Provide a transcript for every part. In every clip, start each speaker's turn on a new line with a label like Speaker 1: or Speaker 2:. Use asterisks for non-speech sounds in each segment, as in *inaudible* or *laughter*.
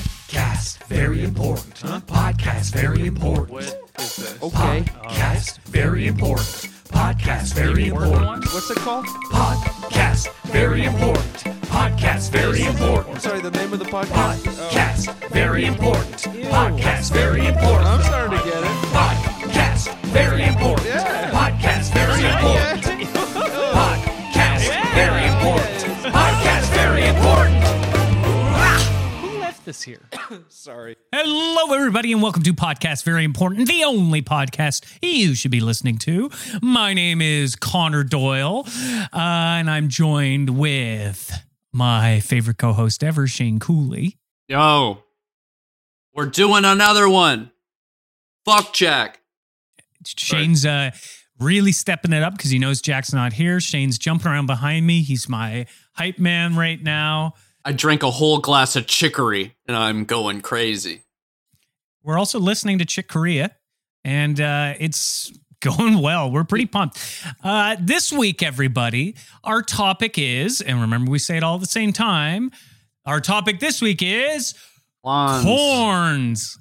Speaker 1: Podcast, very important. Huh? Podcast, very important.
Speaker 2: is this?
Speaker 3: Okay.
Speaker 1: Podcast, very important. Podcast, very important.
Speaker 3: What's it called?
Speaker 1: Podcast, very important. Podcast, very important.
Speaker 3: Sorry, the name of the podcast. Oh.
Speaker 1: Podcast, very important. Podcast, very important.
Speaker 3: I'm starting to get it.
Speaker 1: Podcast, very important.
Speaker 3: Yeah.
Speaker 1: Podcast, very important. Podcast, very important. Podcast, very important.
Speaker 2: Who left this here?
Speaker 3: Sorry.
Speaker 4: Hello, everybody, and welcome to Podcast Very Important, the only podcast you should be listening to. My name is Connor Doyle, uh, and I'm joined with my favorite co host ever, Shane Cooley.
Speaker 2: Yo, we're doing another one. Fuck Jack.
Speaker 4: Shane's uh, really stepping it up because he knows Jack's not here. Shane's jumping around behind me. He's my hype man right now.
Speaker 2: I drank a whole glass of chicory and I'm going crazy.
Speaker 4: We're also listening to Chick Korea, and uh, it's going well. We're pretty pumped. Uh, this week, everybody, our topic is, and remember, we say it all at the same time. Our topic this week is
Speaker 2: Clowns.
Speaker 4: horns.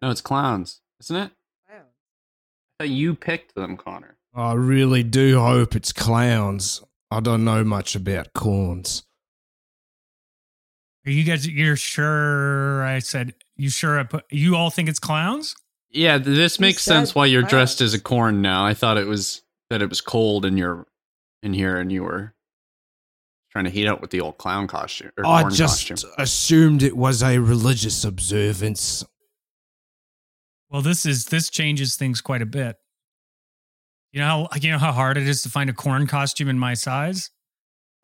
Speaker 2: No, it's clowns, isn't it? I thought you picked them, Connor.
Speaker 5: I really do hope it's clowns. I don't know much about corns.
Speaker 4: Are you guys? You're sure? I said you sure? I put you all think it's clowns.
Speaker 2: Yeah, th- this
Speaker 6: You
Speaker 2: makes
Speaker 6: said
Speaker 2: sense why you're dressed
Speaker 6: clowns.
Speaker 2: as a corn now. I thought it was that it was cold in your in here and you were trying to heat up with the old clown costume or
Speaker 5: Oh, I
Speaker 2: corn
Speaker 5: just
Speaker 2: costume.
Speaker 5: assumed it was a religious observance.
Speaker 4: Well, this is this changes things quite a bit. You know how you know how hard it is to find a corn costume in my size.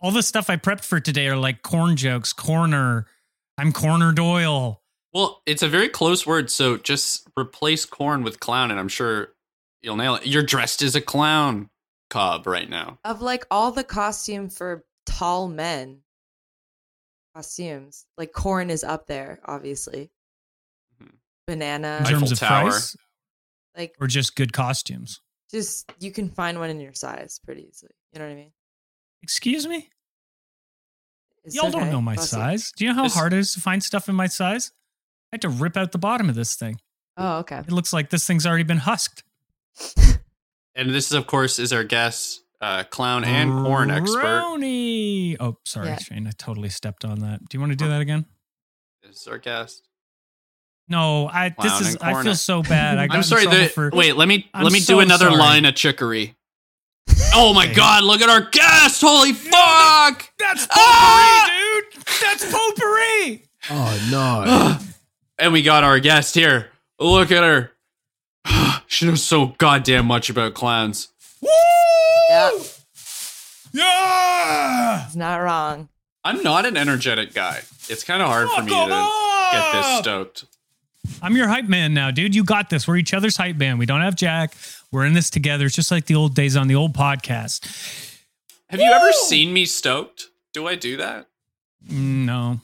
Speaker 4: All the stuff I prepped for today are like corn jokes. Corner, I'm Corner Doyle.
Speaker 2: Well, it's a very close word, so just replace corn with clown, and I'm sure you'll nail it. You're dressed as a clown, Cobb, right now.
Speaker 6: Of like all the costume for tall men costumes, like corn is up there, obviously.
Speaker 2: Mhm.
Speaker 6: Banana,
Speaker 4: In
Speaker 2: Eiffel
Speaker 4: terms of
Speaker 2: Tower.
Speaker 4: price
Speaker 6: like
Speaker 4: or just good costumes.
Speaker 6: just you can find one in your size pretty easily. You know what I mean?
Speaker 4: Excuse me,
Speaker 6: It's
Speaker 4: y'all
Speaker 6: okay.
Speaker 4: don't know my
Speaker 6: Bless you.
Speaker 4: size. Do you know how
Speaker 2: This-
Speaker 4: hard it is to find stuff in my size? I had to rip out the bottom of this thing.
Speaker 6: Oh, okay.
Speaker 4: It looks like this thing's already been husked.
Speaker 2: And this, is, of course, is our guest, uh, clown and corn expert.
Speaker 4: Brony. Oh, sorry,
Speaker 6: Yeah.
Speaker 4: Shane. I totally stepped on that. Do you want to do that again?
Speaker 2: This is our guest.
Speaker 4: No, I this
Speaker 2: Clown
Speaker 4: is
Speaker 2: and
Speaker 4: I
Speaker 2: corner.
Speaker 4: feel so bad. I got
Speaker 2: I'm sorry.
Speaker 4: In trouble
Speaker 2: The,
Speaker 4: for,
Speaker 2: wait, let me
Speaker 4: I'm
Speaker 2: let me
Speaker 4: so
Speaker 2: do another
Speaker 4: sorry.
Speaker 2: line of
Speaker 4: *laughs*
Speaker 2: chicory. Oh my
Speaker 4: Okay.
Speaker 2: God! Look at our guest. Holy fuck!
Speaker 4: that's potpourri,
Speaker 2: Ah!
Speaker 4: dude. That's potpourri.
Speaker 5: Oh no!
Speaker 2: *sighs* And we got our guest here. Look at her. *sighs* she knows so goddamn much about clowns.
Speaker 6: Yeah,
Speaker 4: Yeah.
Speaker 6: it's not wrong.
Speaker 2: I'm not an energetic guy. It's kind of hard for me
Speaker 4: Fuck 'em
Speaker 2: to get this
Speaker 4: up!
Speaker 2: stoked.
Speaker 4: I'm your hype man now, dude. You got this. We're each other's hype man. We don't have Jack. We're in this together. It's just like the old days on the old podcast.
Speaker 2: Have you ever seen me stoked? Do I do that?
Speaker 4: Mm, No.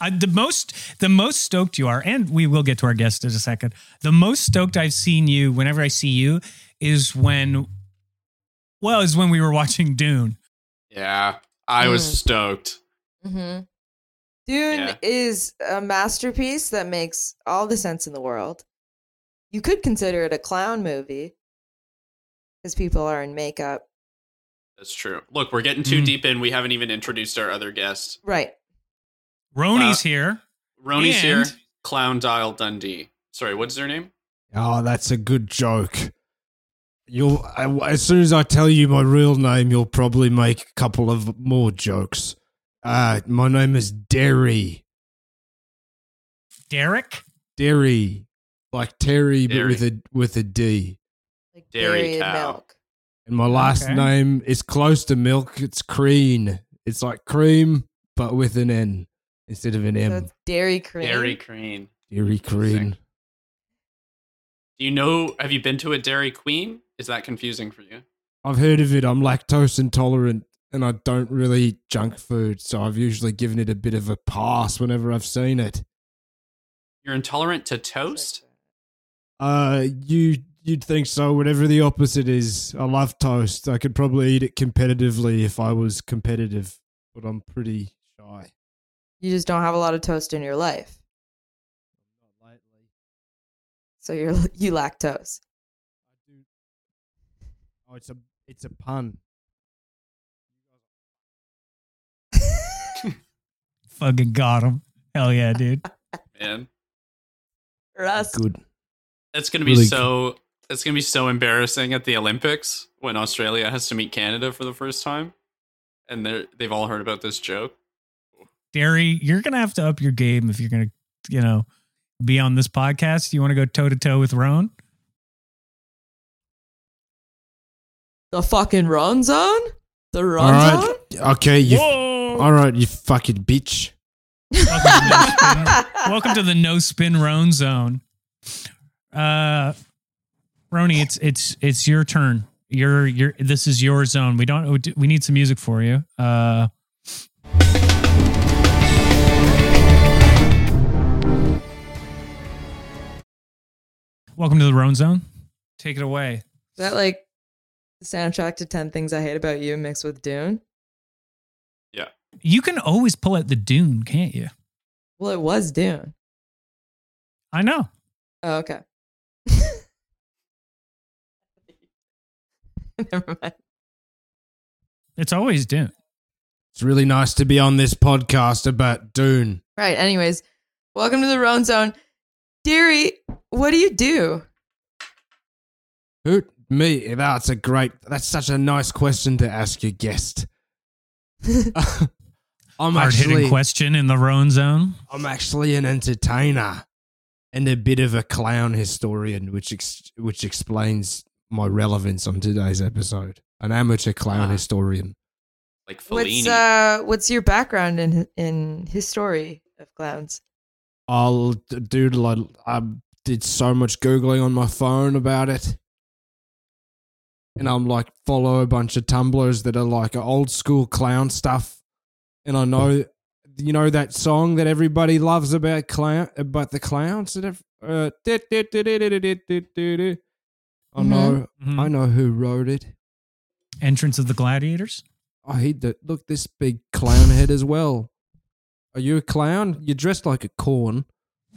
Speaker 4: I, the most the most stoked you are, and we will get to our guest in a second. The most stoked I've seen you whenever I see you is when well, is when we were watching Dune.
Speaker 2: Yeah, I was
Speaker 6: Mm.
Speaker 2: stoked.
Speaker 6: hmm Dune
Speaker 2: Yeah.
Speaker 6: is a masterpiece that makes all the sense in the world. You could consider it a clown movie because people are in makeup.
Speaker 2: That's true. Look, we're getting too
Speaker 4: Mm.
Speaker 2: deep in. We haven't even introduced our other guest.
Speaker 6: Right.
Speaker 4: Roni's
Speaker 2: Uh,
Speaker 4: here.
Speaker 2: Roni's here.
Speaker 4: And-
Speaker 2: Clown Dial Dundee. Sorry, what's their name?
Speaker 5: Oh, that's a good joke. You'll I- as soon as I tell you my real name, you'll probably make a couple of more jokes. Uh, my name is Derry.
Speaker 4: Derek.
Speaker 5: Derry, like Terry,
Speaker 2: Derry.
Speaker 5: but with a with a D.
Speaker 6: Like
Speaker 2: Dairy
Speaker 6: dairy and
Speaker 2: cow.
Speaker 6: milk.
Speaker 5: And my last
Speaker 4: Okay.
Speaker 5: name is close to milk. It's Crean. It's like cream, but with an N instead of an
Speaker 6: So
Speaker 5: M.
Speaker 6: it's dairy cream.
Speaker 2: Dairy Queen.
Speaker 5: Dairy Crean.
Speaker 2: Do you know? Have you been to a Dairy Queen? Is that confusing for you?
Speaker 5: I've heard of it. I'm lactose intolerant and I don't really eat junk food. So I've usually given it a bit of a pass whenever I've seen it.
Speaker 2: You're intolerant to toast.
Speaker 5: Uh, you, you'd think so. Whatever the opposite is, I love toast. I could probably eat it competitively if I was competitive, but I'm pretty shy.
Speaker 6: You just don't have a lot of toast in your life. So you're *laughs* you lactose.
Speaker 5: Oh, it's a it's a pun.
Speaker 4: Fucking got him. Hell yeah, dude.
Speaker 2: man.
Speaker 6: Rust.
Speaker 5: Good.
Speaker 2: That's gonna be
Speaker 5: Really-
Speaker 2: so. That's gonna be so embarrassing at the Olympics when Australia has to meet Canada for the first time, and they are they've all heard about this joke.
Speaker 4: Derry, you're gonna have to up your game if you're gonna, you know, be on this podcast. You want to go toe to toe with Roan?
Speaker 6: The fucking run zone? The run
Speaker 5: All right.
Speaker 6: zone?
Speaker 5: Okay, you.
Speaker 4: Whoa!
Speaker 5: All right, you fucking bitch.
Speaker 4: Welcome to the no spin Roan zone. Uh, Roni, it's it's it's your turn. Your your this is your zone. We don't we need some music for you. Uh, welcome to the Roan zone. Take it away.
Speaker 6: Is that like the soundtrack to 10 Things I Hate About You mixed with Dune?
Speaker 4: You can always pull out the Dune, can't you?
Speaker 6: Well, it was Dune.
Speaker 4: I know.
Speaker 6: Oh, okay. *laughs* Never mind.
Speaker 4: It's always Dune.
Speaker 5: It's really nice to be on this podcast about Dune.
Speaker 6: Right. Anyways, welcome to the Roan Zone. Deary, what do you do?
Speaker 5: Who me? That's a great. That's such a nice question to ask your guest. I'm
Speaker 4: Hard hitting
Speaker 5: actually,
Speaker 4: question in the Roan zone.
Speaker 5: I'm actually an entertainer and a bit of a clown historian, which ex- which explains my relevance on today's episode. An amateur clown
Speaker 2: Ah.
Speaker 5: historian.
Speaker 2: Like Fellini.
Speaker 6: What's uh what's your background in in history of clowns?
Speaker 5: I'll, dude, I, I did so much Googling on my phone about it. And I'm like, follow a bunch of tumblers that are like old school clown stuff. And I know, you know, that song that everybody loves about clown, about the clowns. That have, uh, I know,
Speaker 4: Mhm.
Speaker 5: I know who wrote it.
Speaker 4: Entrance of the Gladiators.
Speaker 5: I hate that. Look, this big clown head as well. Are you a clown? You're dressed like a corn,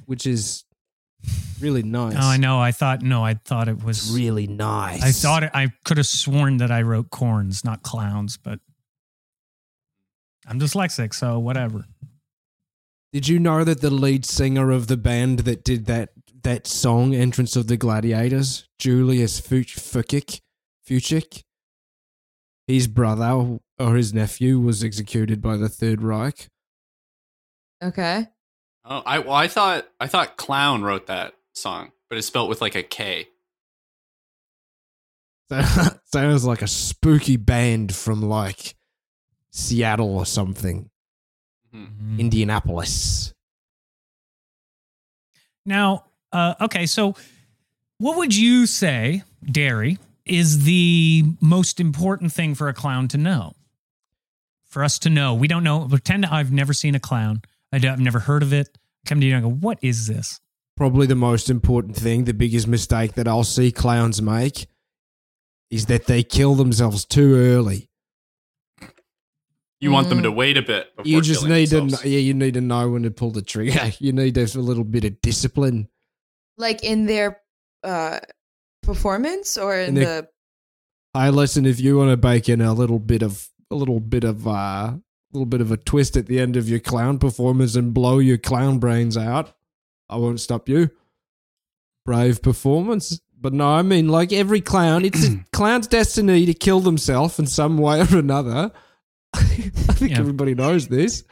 Speaker 5: which is really nice.
Speaker 4: Oh, I know. I thought no. I thought it
Speaker 5: It's
Speaker 4: was.
Speaker 5: really nice.
Speaker 4: I thought it, I could have sworn that I wrote corns, not clowns. But I'm dyslexic, so whatever.
Speaker 5: Did you know that the lead singer of the band that did that that song, "Entrance of the Gladiators," Julius Fuch- Fukic, Fuchik, his brother or his nephew was executed by the Third Reich.
Speaker 6: Okay.
Speaker 2: oh, I well, I thought I thought Clown wrote that song, but it's spelled with like a K.
Speaker 5: *laughs* That sounds like a spooky band from like Seattle or something.
Speaker 2: Mhm.
Speaker 5: Indianapolis.
Speaker 4: Now, uh, okay, so what would you say, Derry, is the most important thing for a clown to know? For us to know, we don't know. Pretend I've never seen a clown. I don't, I've never heard of it. Come to you and I go, what is this?
Speaker 5: Probably the most important thing, the biggest mistake that I'll see clowns make is that they kill themselves too early.
Speaker 2: You want them
Speaker 6: Mm.
Speaker 2: to wait a bit. Before
Speaker 5: you just
Speaker 2: killing
Speaker 5: need
Speaker 2: themselves.
Speaker 5: to, yeah, you need to know when to pull the trigger. *laughs* You need a little bit of discipline.
Speaker 6: Like in their uh performance or in,
Speaker 5: In the-
Speaker 6: the
Speaker 5: Hey, listen, if you want to bake in a little bit of a little bit of uh, little bit of a twist at the end of your clown performance and blow your clown brains out, I won't stop you. Brave performance. But no, I mean like every clown, it's a clown's destiny to kill themselves in some way or another. *laughs* I think
Speaker 4: Yeah.
Speaker 5: everybody knows this.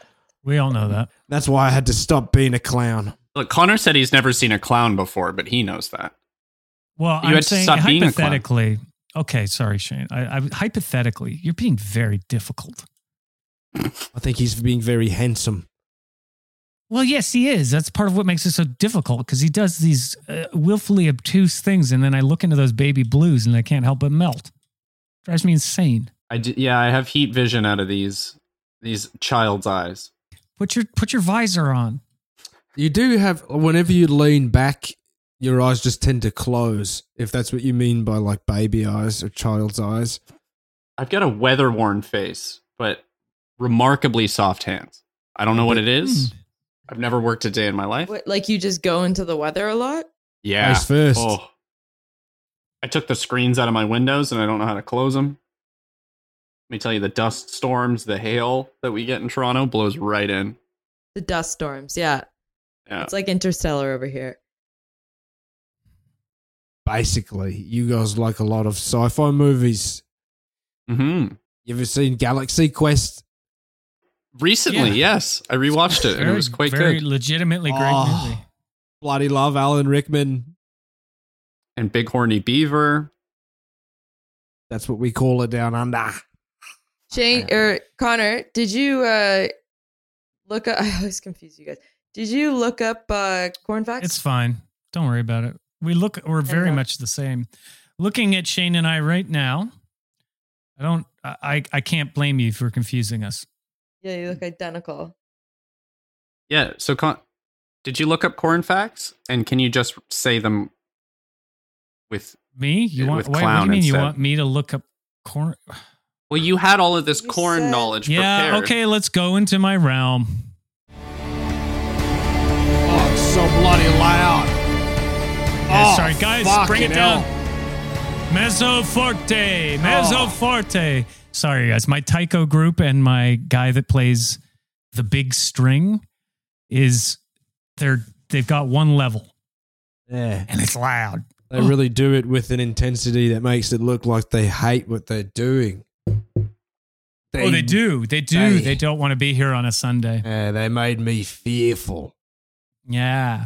Speaker 4: We all know that.
Speaker 5: That's why I had to stop being a clown.
Speaker 2: Look, Connor said he's never seen a clown before, but he knows that.
Speaker 4: Well,
Speaker 2: You
Speaker 4: I'm
Speaker 2: had to
Speaker 4: saying
Speaker 2: stop being a clown.
Speaker 4: hypothetically. Okay, sorry, Shane. I, I, hypothetically, you're being very difficult.
Speaker 5: I think he's being very handsome.
Speaker 4: Well, yes, he is. That's part of what makes it so difficult because he does these uh, willfully obtuse things, and then I look into those baby blues, and I can't help but melt. Drives me insane.
Speaker 2: I d- yeah, I have heat vision out of these these child's eyes.
Speaker 4: Put your put your visor on.
Speaker 5: You do have whenever you lean back, your eyes just tend to close. If that's what you mean by like baby eyes or child's eyes,
Speaker 2: I've got a weather worn face, but remarkably soft hands.
Speaker 4: Hmm.
Speaker 2: I don't know what it is. I've never worked a day in my life.
Speaker 6: what, like you just go into the weather a lot?
Speaker 2: Yeah.
Speaker 5: Face first.
Speaker 2: Oh. I took the screens out of my windows and I don't know how to close them. Let me tell you, the dust storms, the hail that we get in Toronto blows right in.
Speaker 6: The dust storms. Yeah.
Speaker 2: Yeah.
Speaker 6: It's like interstellar over here.
Speaker 5: Basically, you guys like a lot of sci-fi movies.
Speaker 2: Mm-hmm.
Speaker 5: You ever seen Galaxy Quest?
Speaker 2: Recently, yes, I rewatched it and it
Speaker 4: Very-
Speaker 2: was quite
Speaker 4: very
Speaker 2: good.
Speaker 4: legitimately great
Speaker 5: Oh.
Speaker 4: movie.
Speaker 5: Bloody love Alan Rickman.
Speaker 2: And Big Horny Beaver.
Speaker 5: That's what we call it down under.
Speaker 6: Shane or Connor, did you uh look up *laughs* I always confuse you guys. Did you look up uh corn facts?
Speaker 4: It's fine. Don't worry about it. We look we're very
Speaker 6: Okay.
Speaker 4: much the same. Looking at Shane and I right now, I don't I I- I can't blame you for confusing us.
Speaker 6: yeah, you look identical.
Speaker 2: Yeah. So, con- did you look up corn facts? And can you just say them with?
Speaker 4: Me? You
Speaker 2: Yeah,
Speaker 4: want
Speaker 2: with
Speaker 4: wait, what do
Speaker 2: clown
Speaker 4: you mean you
Speaker 2: instead.
Speaker 4: want me to look up corn
Speaker 2: Well, you had all of this
Speaker 6: You
Speaker 2: corn
Speaker 6: said-
Speaker 2: knowledge.
Speaker 4: Yeah,
Speaker 2: prepared.
Speaker 4: okay, let's go into my realm.
Speaker 5: Oh, it's so bloody loud. Oh,
Speaker 4: Yeah, sorry guys,
Speaker 5: fucking
Speaker 4: bring it
Speaker 5: hell.
Speaker 4: down. Mezzo forte,
Speaker 5: Oh.
Speaker 4: mezzo forte. Sorry guys, my taiko group and my guy that plays the big string is they're they've got one level.
Speaker 5: Yeah.
Speaker 4: and it's loud.
Speaker 5: They really do it with an intensity that makes it look like they hate what they're doing.
Speaker 4: oh, they do. They do.
Speaker 5: they-
Speaker 4: They, don't want to be here on a Sunday.
Speaker 5: Yeah, they made me fearful.
Speaker 4: Yeah.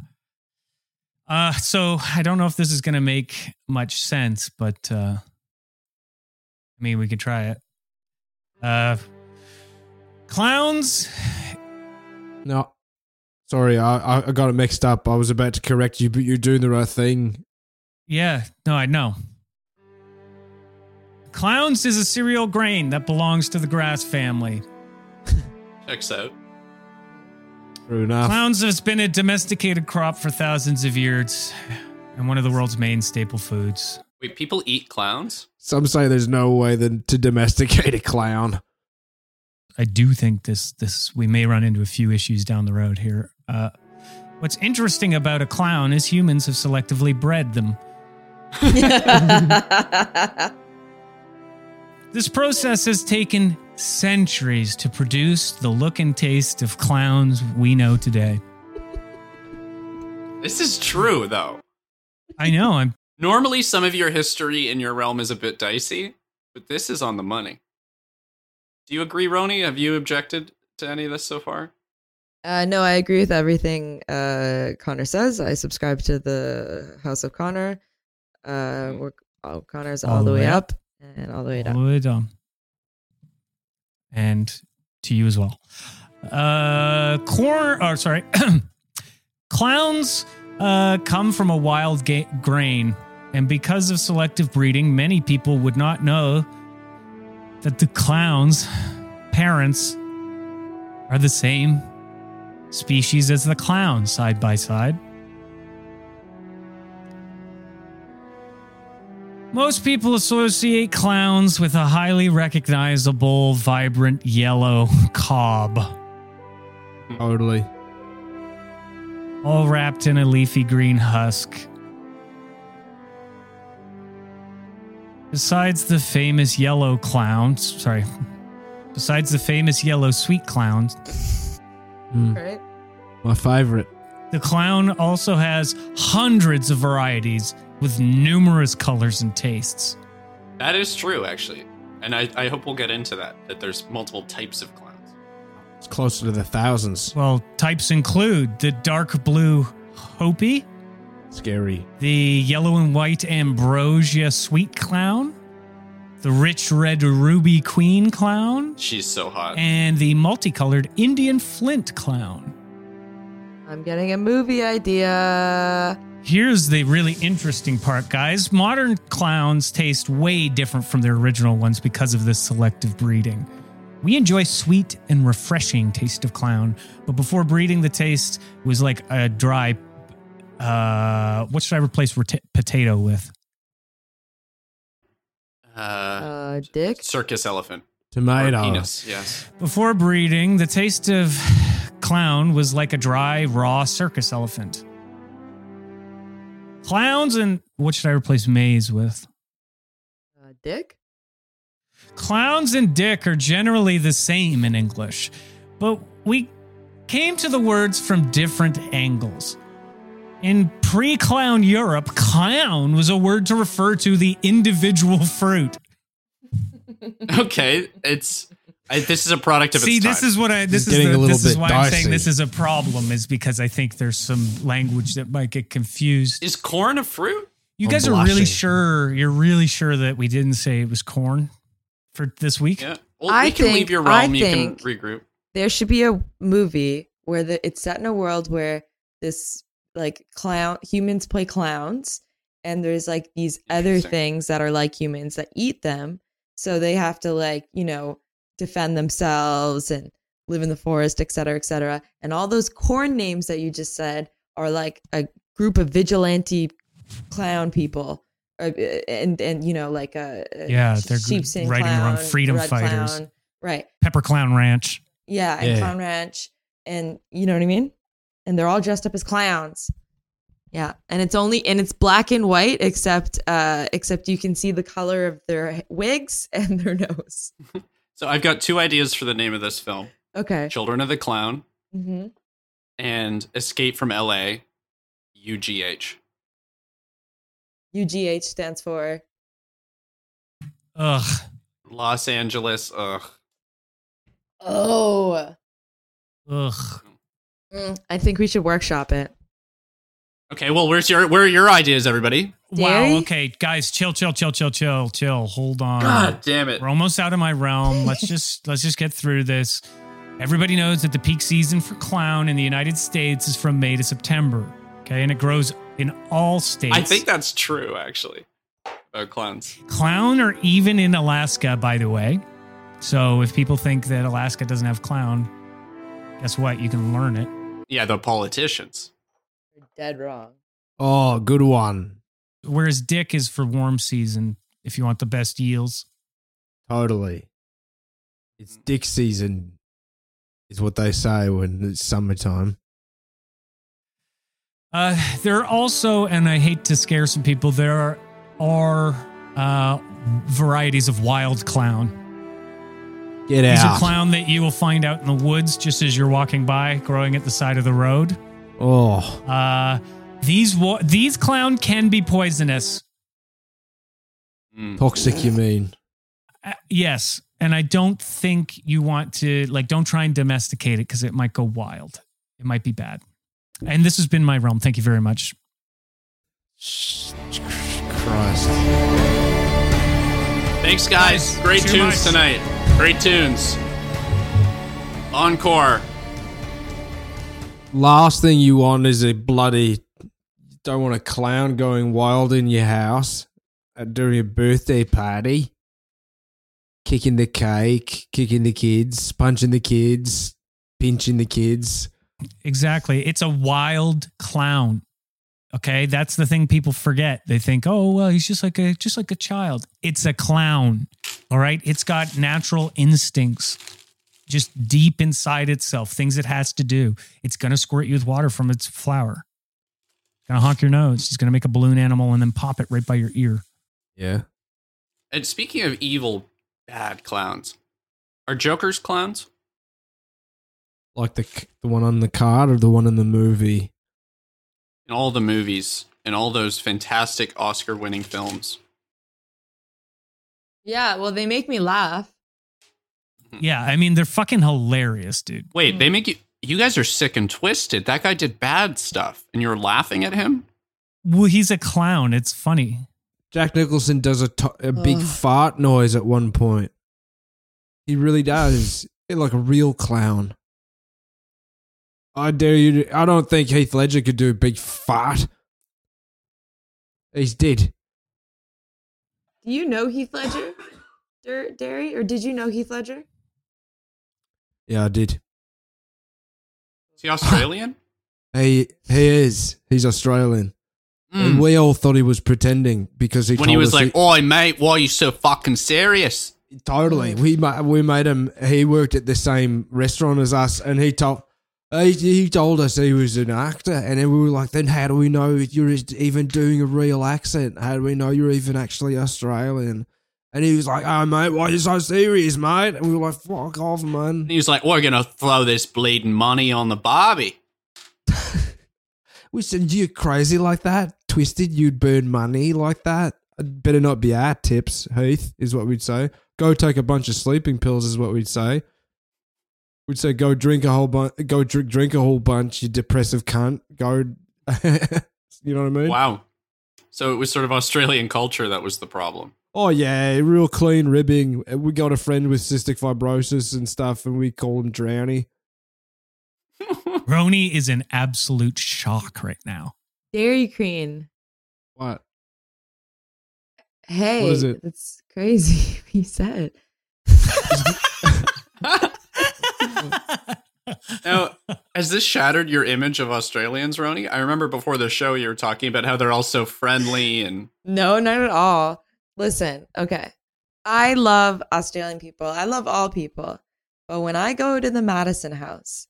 Speaker 4: Uh, so I don't know if this is going to make much sense, but uh, I mean, we could try it. Uh, clowns.
Speaker 5: No. Sorry, I, I- I got it mixed up. I was about to correct you, but you're doing the right thing.
Speaker 4: Yeah. No, I know. Clowns is a cereal grain that belongs to the grass family.
Speaker 2: Checks out.
Speaker 5: True enough.
Speaker 4: Clowns has been a domesticated crop for thousands of years and one of the world's main staple foods.
Speaker 2: Wait, people eat clowns?
Speaker 5: Some say there's no way than to domesticate a clown.
Speaker 4: I do think this this we may run into a few issues down the road here. Uh, what's interesting about a clown is humans have selectively bred them. This process has taken centuries to produce the look and taste of clowns we know today.
Speaker 2: This is true, though.
Speaker 4: I know I'm
Speaker 2: Normally, some of your history in your realm is a bit dicey, but this is on the money. Do you agree, Roni? Have you objected to any of this so far?
Speaker 6: uh no, I agree with everything uh Connor says. I subscribe to the House of Connor. Uh we're oh, Connor's all, the way up. and all the way down.
Speaker 4: all the way down. And to you as well. Uh, corn, or sorry, *clears throat* clowns uh, come from a wild ga- grain, and because of selective breeding, many people would not know that the clowns' parents are the same species as the clown, side by side. Most people associate clowns with a highly recognizable, vibrant yellow cob,
Speaker 5: Totally.
Speaker 4: all wrapped in a leafy green husk. Besides the famous yellow clown, sorry, besides the famous yellow sweet clown,
Speaker 6: Right?
Speaker 5: My favorite.
Speaker 4: the clown also has hundreds of varieties with numerous colors and tastes.
Speaker 2: That is true, actually. And I, I hope we'll get into that, that there's multiple types of clowns.
Speaker 5: It's closer to the thousands.
Speaker 4: Well, types include the dark blue Hopi.
Speaker 5: Scary.
Speaker 4: the yellow and white ambrosia sweet clown, the rich red ruby queen clown,
Speaker 2: She's so hot.
Speaker 4: and the multicolored Indian flint clown.
Speaker 6: I'm getting a movie idea.
Speaker 4: Here's the really interesting part, guys. Modern clowns taste way different from their original ones because of this selective breeding. We enjoy sweet and refreshing taste of clown, but before breeding, the taste was like a dry. Uh, what should I replace rota- potato with?
Speaker 2: Uh,
Speaker 6: Uh Dick.
Speaker 2: circus elephant. Or
Speaker 5: Tomato.
Speaker 2: penis, yes. *laughs*
Speaker 4: Before breeding, the taste of clown was like a dry, raw circus elephant. Clowns and what should I replace maze with?
Speaker 6: Uh, dick?
Speaker 4: Clowns and dick are generally the same in English, but we came to the words from different angles. In pre clown Europe, clown was a word to refer to the individual fruit.
Speaker 2: Okay, it's I, this is a product of
Speaker 4: See,
Speaker 2: its time.
Speaker 4: this is what I this
Speaker 5: It's
Speaker 4: is
Speaker 5: getting
Speaker 4: the,
Speaker 5: a little
Speaker 4: this is
Speaker 5: bit
Speaker 4: why I'm saying
Speaker 5: dicey.
Speaker 4: this is a problem is because I think there's some language that might get confused.
Speaker 2: is corn a fruit?
Speaker 4: You
Speaker 5: I'm
Speaker 4: guys are really
Speaker 5: blushing.
Speaker 4: sure you're really sure that we didn't say it was corn for this week.
Speaker 2: Yeah. Well,
Speaker 6: I
Speaker 2: we can
Speaker 6: think-
Speaker 2: leave your
Speaker 6: I
Speaker 2: realm. you
Speaker 6: think-
Speaker 2: can regroup.
Speaker 6: There should be a movie where the, it's set in a world where this, like, clown, humans play clowns, and there's, like, these other
Speaker 2: Interesting.
Speaker 6: things that are like humans that eat them. So they have to, like, you know, defend themselves and live in the forest, et cetera, et cetera. And all those corn names that you just said are like a group of vigilante clown people, uh, and and you know like a a
Speaker 4: Yeah, they're good-
Speaker 6: sheepskin
Speaker 4: right and wrong
Speaker 6: clown,
Speaker 4: freedom
Speaker 6: red
Speaker 4: fighters.
Speaker 6: clown, right?
Speaker 4: Pepper Clown Ranch.
Speaker 6: Yeah, and
Speaker 5: Yeah.
Speaker 6: clown ranch, and you know what I mean. And they're all dressed up as clowns. Yeah, and it's only and it's black and white, except uh except you can see the color of their wigs *laughs* and their nose.
Speaker 2: So I've got two ideas for the name of this film:
Speaker 6: Okay.
Speaker 2: Children of the Clown
Speaker 6: hmm
Speaker 2: and Escape from L.A. UGH.
Speaker 6: UGH stands for
Speaker 4: Ugh.
Speaker 2: Los Angeles. Ugh.
Speaker 6: oh.
Speaker 4: Ugh.
Speaker 6: Mm, I think we should workshop it.
Speaker 2: Okay. Well, where's your where are your ideas, everybody?
Speaker 6: Dairy?
Speaker 4: Wow. Okay, guys, chill, chill, chill, chill, chill, chill. Hold on.
Speaker 2: God damn it!
Speaker 4: We're almost out of my realm. Let's just let's just get through this. Everybody knows that the peak season for clown in the United States is from May to September. Okay, and it grows in all states.
Speaker 2: I think that's true, actually. About clowns.
Speaker 4: clown are even in Alaska, by the way. So if people think that Alaska doesn't have clown, guess what? You can learn it.
Speaker 2: Yeah, the politicians.
Speaker 6: You're dead wrong.
Speaker 5: Oh, good one.
Speaker 4: Whereas dick is for warm season. If you want the best yields,
Speaker 5: Totally. It's dick season, is what they say when it's summertime.
Speaker 4: Uh, there are also, and I hate to scare some people, there are uh, varieties of wild clown.
Speaker 5: Get
Speaker 4: These
Speaker 5: out.
Speaker 4: are clown that you will find out in the woods just as you're walking by, growing at the side of the road.
Speaker 5: oh,
Speaker 4: Uh, these wa- these clown can be poisonous.
Speaker 2: Mm.
Speaker 5: toxic, you mean?
Speaker 4: Uh, yes, and I don't think you want to like don't try and domesticate it because it might go wild. It might be bad. And this has been my realm. Thank you very much.
Speaker 5: Christ.
Speaker 2: Thanks, guys.
Speaker 4: Guys,
Speaker 2: Great
Speaker 4: too much.
Speaker 2: tunes tonight. Great tunes. Encore.
Speaker 5: Last thing you want is a bloody. Don't want a clown going wild in your house uh, during a birthday party. Kicking the cake, kicking the kids, punching the kids, pinching the kids.
Speaker 4: Exactly. It's a wild clown. Okay, that's the thing people forget. They think, "Oh, well, he's just like a just like a child." It's a clown. All right? It's got natural instincts just deep inside itself, things it has to do. It's going to squirt you with water from its flower. Going to honk your nose. He's going to make a balloon animal and then pop it right by your ear.
Speaker 5: Yeah.
Speaker 2: And speaking of evil, bad clowns, are Joker's clowns?
Speaker 5: Like the c- the one on the card or the one in the movie?
Speaker 2: In all the movies, in all those fantastic Oscar winning films.
Speaker 6: Yeah, well, they make me laugh.
Speaker 4: Yeah, I mean, they're fucking hilarious, dude.
Speaker 2: Wait, they make you. You guys are sick and twisted. That guy did bad stuff, and you're laughing at him?
Speaker 4: Well, he's a clown. It's funny.
Speaker 5: Jack Nicholson does a to- a big
Speaker 6: Ugh.
Speaker 5: fart noise at one point. He really does. He's like a real clown. I dare you. To- I don't think Heath Ledger could do a big fart. He's dead.
Speaker 6: Do you know Heath Ledger, Der- Derry, or did you know Heath Ledger?
Speaker 5: Yeah, I did.
Speaker 2: Is he Australian?
Speaker 5: He he is. He's Australian,
Speaker 2: Mm.
Speaker 5: and we all thought he was pretending because he
Speaker 2: When he
Speaker 5: told
Speaker 2: was
Speaker 5: us
Speaker 2: like, Oi, mate, why are you so fucking serious?
Speaker 5: Totally. We ma- we made him. He worked at the same restaurant as us, and he told He, he told us he was an actor, and then we were like, "Then how do we know you're even doing a real accent? How do we know you're even actually Australian?" And he was like, "Oh mate, why are you so serious, mate?" And we were like, "Fuck off, man."
Speaker 2: And he was like, "We're gonna throw this bleeding money on the Barbie."
Speaker 5: We said, you crazy like that? Twisted, you'd burn money like that? Better not be our tips, Heath, is what we'd say. Go take a bunch of sleeping pills, is what we'd say. We'd say, go drink a whole bunch, go drink, drink a whole bunch, you depressive cunt. Go, *laughs* you know what I mean?
Speaker 2: Wow. So it was sort of Australian culture that was the problem.
Speaker 5: Oh, yeah, real clean ribbing. We got a friend with cystic fibrosis and stuff, and we call him Drowny.
Speaker 4: Roni is in absolute shock right now.
Speaker 6: Dairy Queen.
Speaker 5: What?
Speaker 6: Hey,
Speaker 5: is it?
Speaker 6: that's crazy. *laughs* You said it.
Speaker 2: now, has this shattered your image of Australians, Roni? I remember before the show you were talking about how they're all so friendly and *laughs*
Speaker 6: No, not at all. Listen, okay. I love Australian people. I love all people. But when I go to the Madison house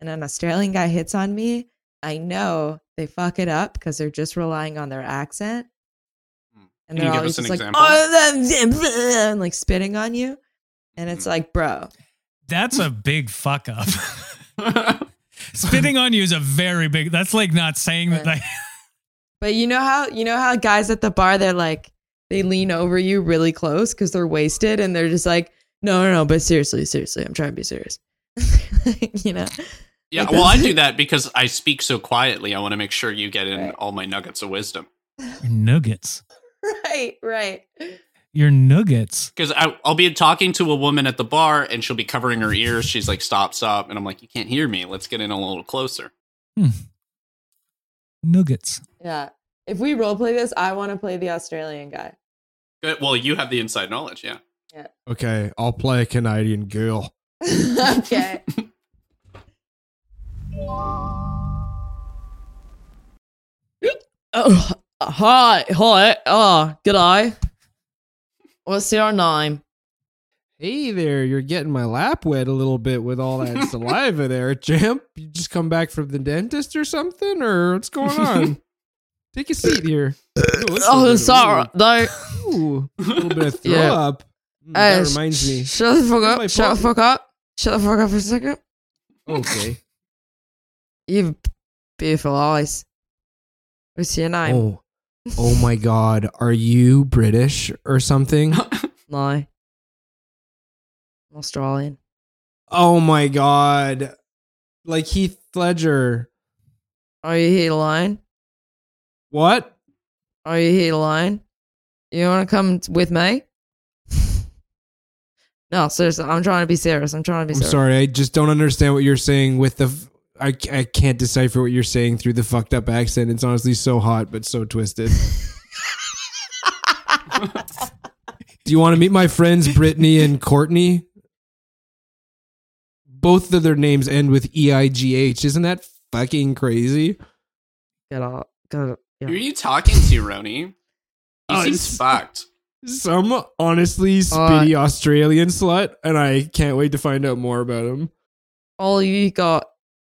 Speaker 6: and an Australian guy hits on me, I know they fuck it up because they're just relying on their accent.
Speaker 2: Hmm.
Speaker 6: And
Speaker 2: Can you
Speaker 6: they're
Speaker 2: give
Speaker 6: always
Speaker 2: us an
Speaker 6: just like,
Speaker 2: example?
Speaker 6: oh, and like spitting on you. And
Speaker 2: Hmm.
Speaker 6: it's like, bro,
Speaker 4: That's a big fuck up. *laughs* Spitting on you is a very big. That's like not saying that. *laughs*
Speaker 6: Right.
Speaker 4: Like,
Speaker 6: But you know how you know how guys at the bar they're like they lean over you really close because they're wasted and they're just like no no no but seriously seriously I'm trying to be serious *laughs* you know
Speaker 2: yeah,
Speaker 6: Like
Speaker 2: well, I
Speaker 6: that's-
Speaker 2: do that because I speak so quietly. I want to make sure you get in
Speaker 6: Right.
Speaker 2: all my nuggets of wisdom.
Speaker 4: nuggets.
Speaker 6: *laughs* right right
Speaker 4: Your nuggets.
Speaker 2: Because I'll be talking to a woman at the bar and she'll be covering her ears. She's like, "Stop, stop!" And I'm like, "You can't hear me. Let's get in a little closer."
Speaker 4: Nuggets.
Speaker 6: yeah if we role play this I want to play the Australian guy *laughs*
Speaker 2: Good. Well, you have the inside knowledge, yeah.
Speaker 5: Okay, I'll play a Canadian girl.
Speaker 6: *laughs* okay oh hi hi oh good eye what's your name
Speaker 5: Hey there, you're getting my lap wet a little bit with all *laughs* that saliva there, champ. You just come back from the dentist or something, or what's going *laughs* on? Take a seat here. Ooh, that's a
Speaker 6: oh
Speaker 5: little-
Speaker 6: sorry no.
Speaker 5: *laughs* Ooh, a little bit of throw
Speaker 6: Yeah.
Speaker 5: up. Mm,
Speaker 6: Hey,
Speaker 5: that
Speaker 6: sh-
Speaker 5: reminds me.
Speaker 6: Shut the fuck
Speaker 5: Where's
Speaker 6: up.
Speaker 5: my
Speaker 6: Shut the
Speaker 5: phone?
Speaker 6: fuck up. Shut the fuck up for a second.
Speaker 5: *laughs* Okay.
Speaker 6: You have beautiful eyes. What's your name?
Speaker 5: Oh, oh my God, are you British or
Speaker 6: *laughs*
Speaker 5: something?
Speaker 6: No. I'm Australian.
Speaker 5: Oh my God, like Heath Ledger.
Speaker 6: Are you here alone?
Speaker 5: What?
Speaker 6: Are you here alone? You want to come t- with me? *laughs* no, seriously. I'm trying to be serious. I'm trying to be
Speaker 5: I'm
Speaker 6: serious.
Speaker 5: sorry, I just don't understand what you're saying with the. f- I, c- I can't decipher what you're saying through the fucked up accent. It's honestly so hot, but so twisted. Do you want to meet my friends Brittany and Courtney? Both of their names end with E I G H. Isn't that fucking crazy?
Speaker 6: Get out. Get out.
Speaker 2: Who are you talking to, Roni? He
Speaker 5: Oh,
Speaker 2: seems
Speaker 5: it's-
Speaker 2: fucked.
Speaker 5: Some honestly spitty Australian slut, and I can't wait to find out more about him.
Speaker 6: All Oh, you got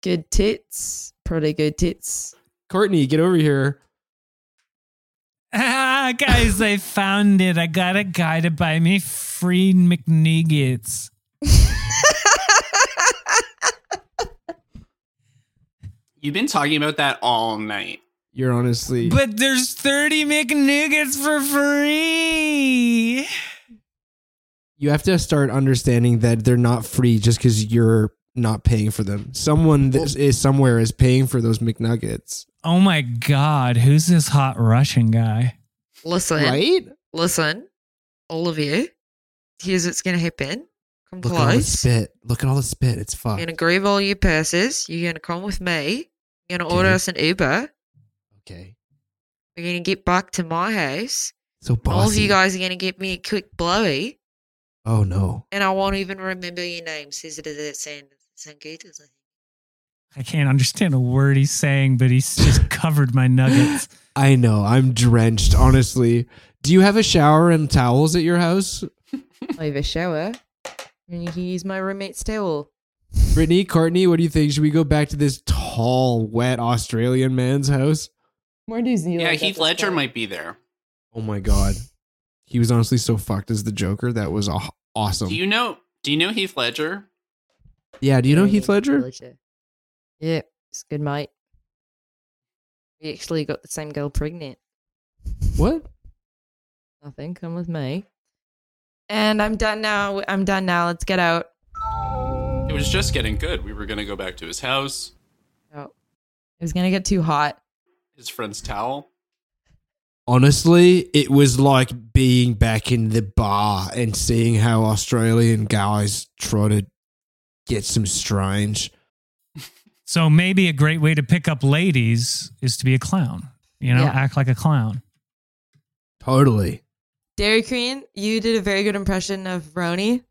Speaker 6: good tits. Pretty good tits.
Speaker 5: Courtney, get over here.
Speaker 4: Ah, guys, I found it. I got a guy to buy me free McNuggets.
Speaker 2: You've been talking about that all night.
Speaker 5: You're honestly.
Speaker 4: But there's 30 McNuggets for free.
Speaker 5: you have to start understanding that they're not free just because you're not paying for them. Someone that is somewhere is paying for those McNuggets,
Speaker 4: Oh my God, who's this hot Russian guy?
Speaker 6: Listen.
Speaker 5: right?
Speaker 6: listen, all of you, here's what's going to happen. Come
Speaker 5: Look at all the
Speaker 6: close. You're
Speaker 5: spit. Look at all the spit. It's fucked.
Speaker 6: going to grab all your purses. You're going to come with me. You're going to
Speaker 5: Okay.
Speaker 6: order us an Uber.
Speaker 5: Okay,
Speaker 6: We're going to get back to my house.
Speaker 5: so bossy.
Speaker 6: All of you guys are going to get me a quick blowy,
Speaker 5: oh no,
Speaker 6: and I won't even remember your names. Is it does that sound, sound good? Does it-
Speaker 4: I can't understand a word he's saying, but he's just covered my nuggets.
Speaker 5: I know. I'm drenched. Honestly, do you have a shower and towels at your house?
Speaker 6: I have a shower, and you can use my roommate's towel.
Speaker 5: Brittany, Courtney, what do you think? Should we go back to this tall, wet Australian man's house?
Speaker 6: More New Zealand.
Speaker 2: yeah,
Speaker 6: at
Speaker 2: Heath
Speaker 6: this
Speaker 2: Ledger
Speaker 6: point.
Speaker 2: might be there.
Speaker 5: Oh my god, he was honestly so fucked as the Joker. That was aw- awesome.
Speaker 2: Do you know? Do you know Heath Ledger?
Speaker 5: yeah, do you know Heath
Speaker 6: Yeah,
Speaker 5: Ledger?
Speaker 6: Yeah, it's good, mate. We actually got the same girl pregnant.
Speaker 5: What?
Speaker 6: I think come with me. And I'm done now. I'm done now. Let's get out.
Speaker 2: It was just getting good. We were gonna go back to his house,
Speaker 6: Oh, it was gonna get too hot.
Speaker 2: his friend's towel.
Speaker 5: Honestly, it was like being back in the bar and seeing how Australian guys try to get some strange.
Speaker 4: So maybe a great way to pick up ladies is to be a clown. You know,
Speaker 6: Yeah.
Speaker 4: act like a clown.
Speaker 5: Totally.
Speaker 6: Dairy Queen, you did a very good impression of Roni.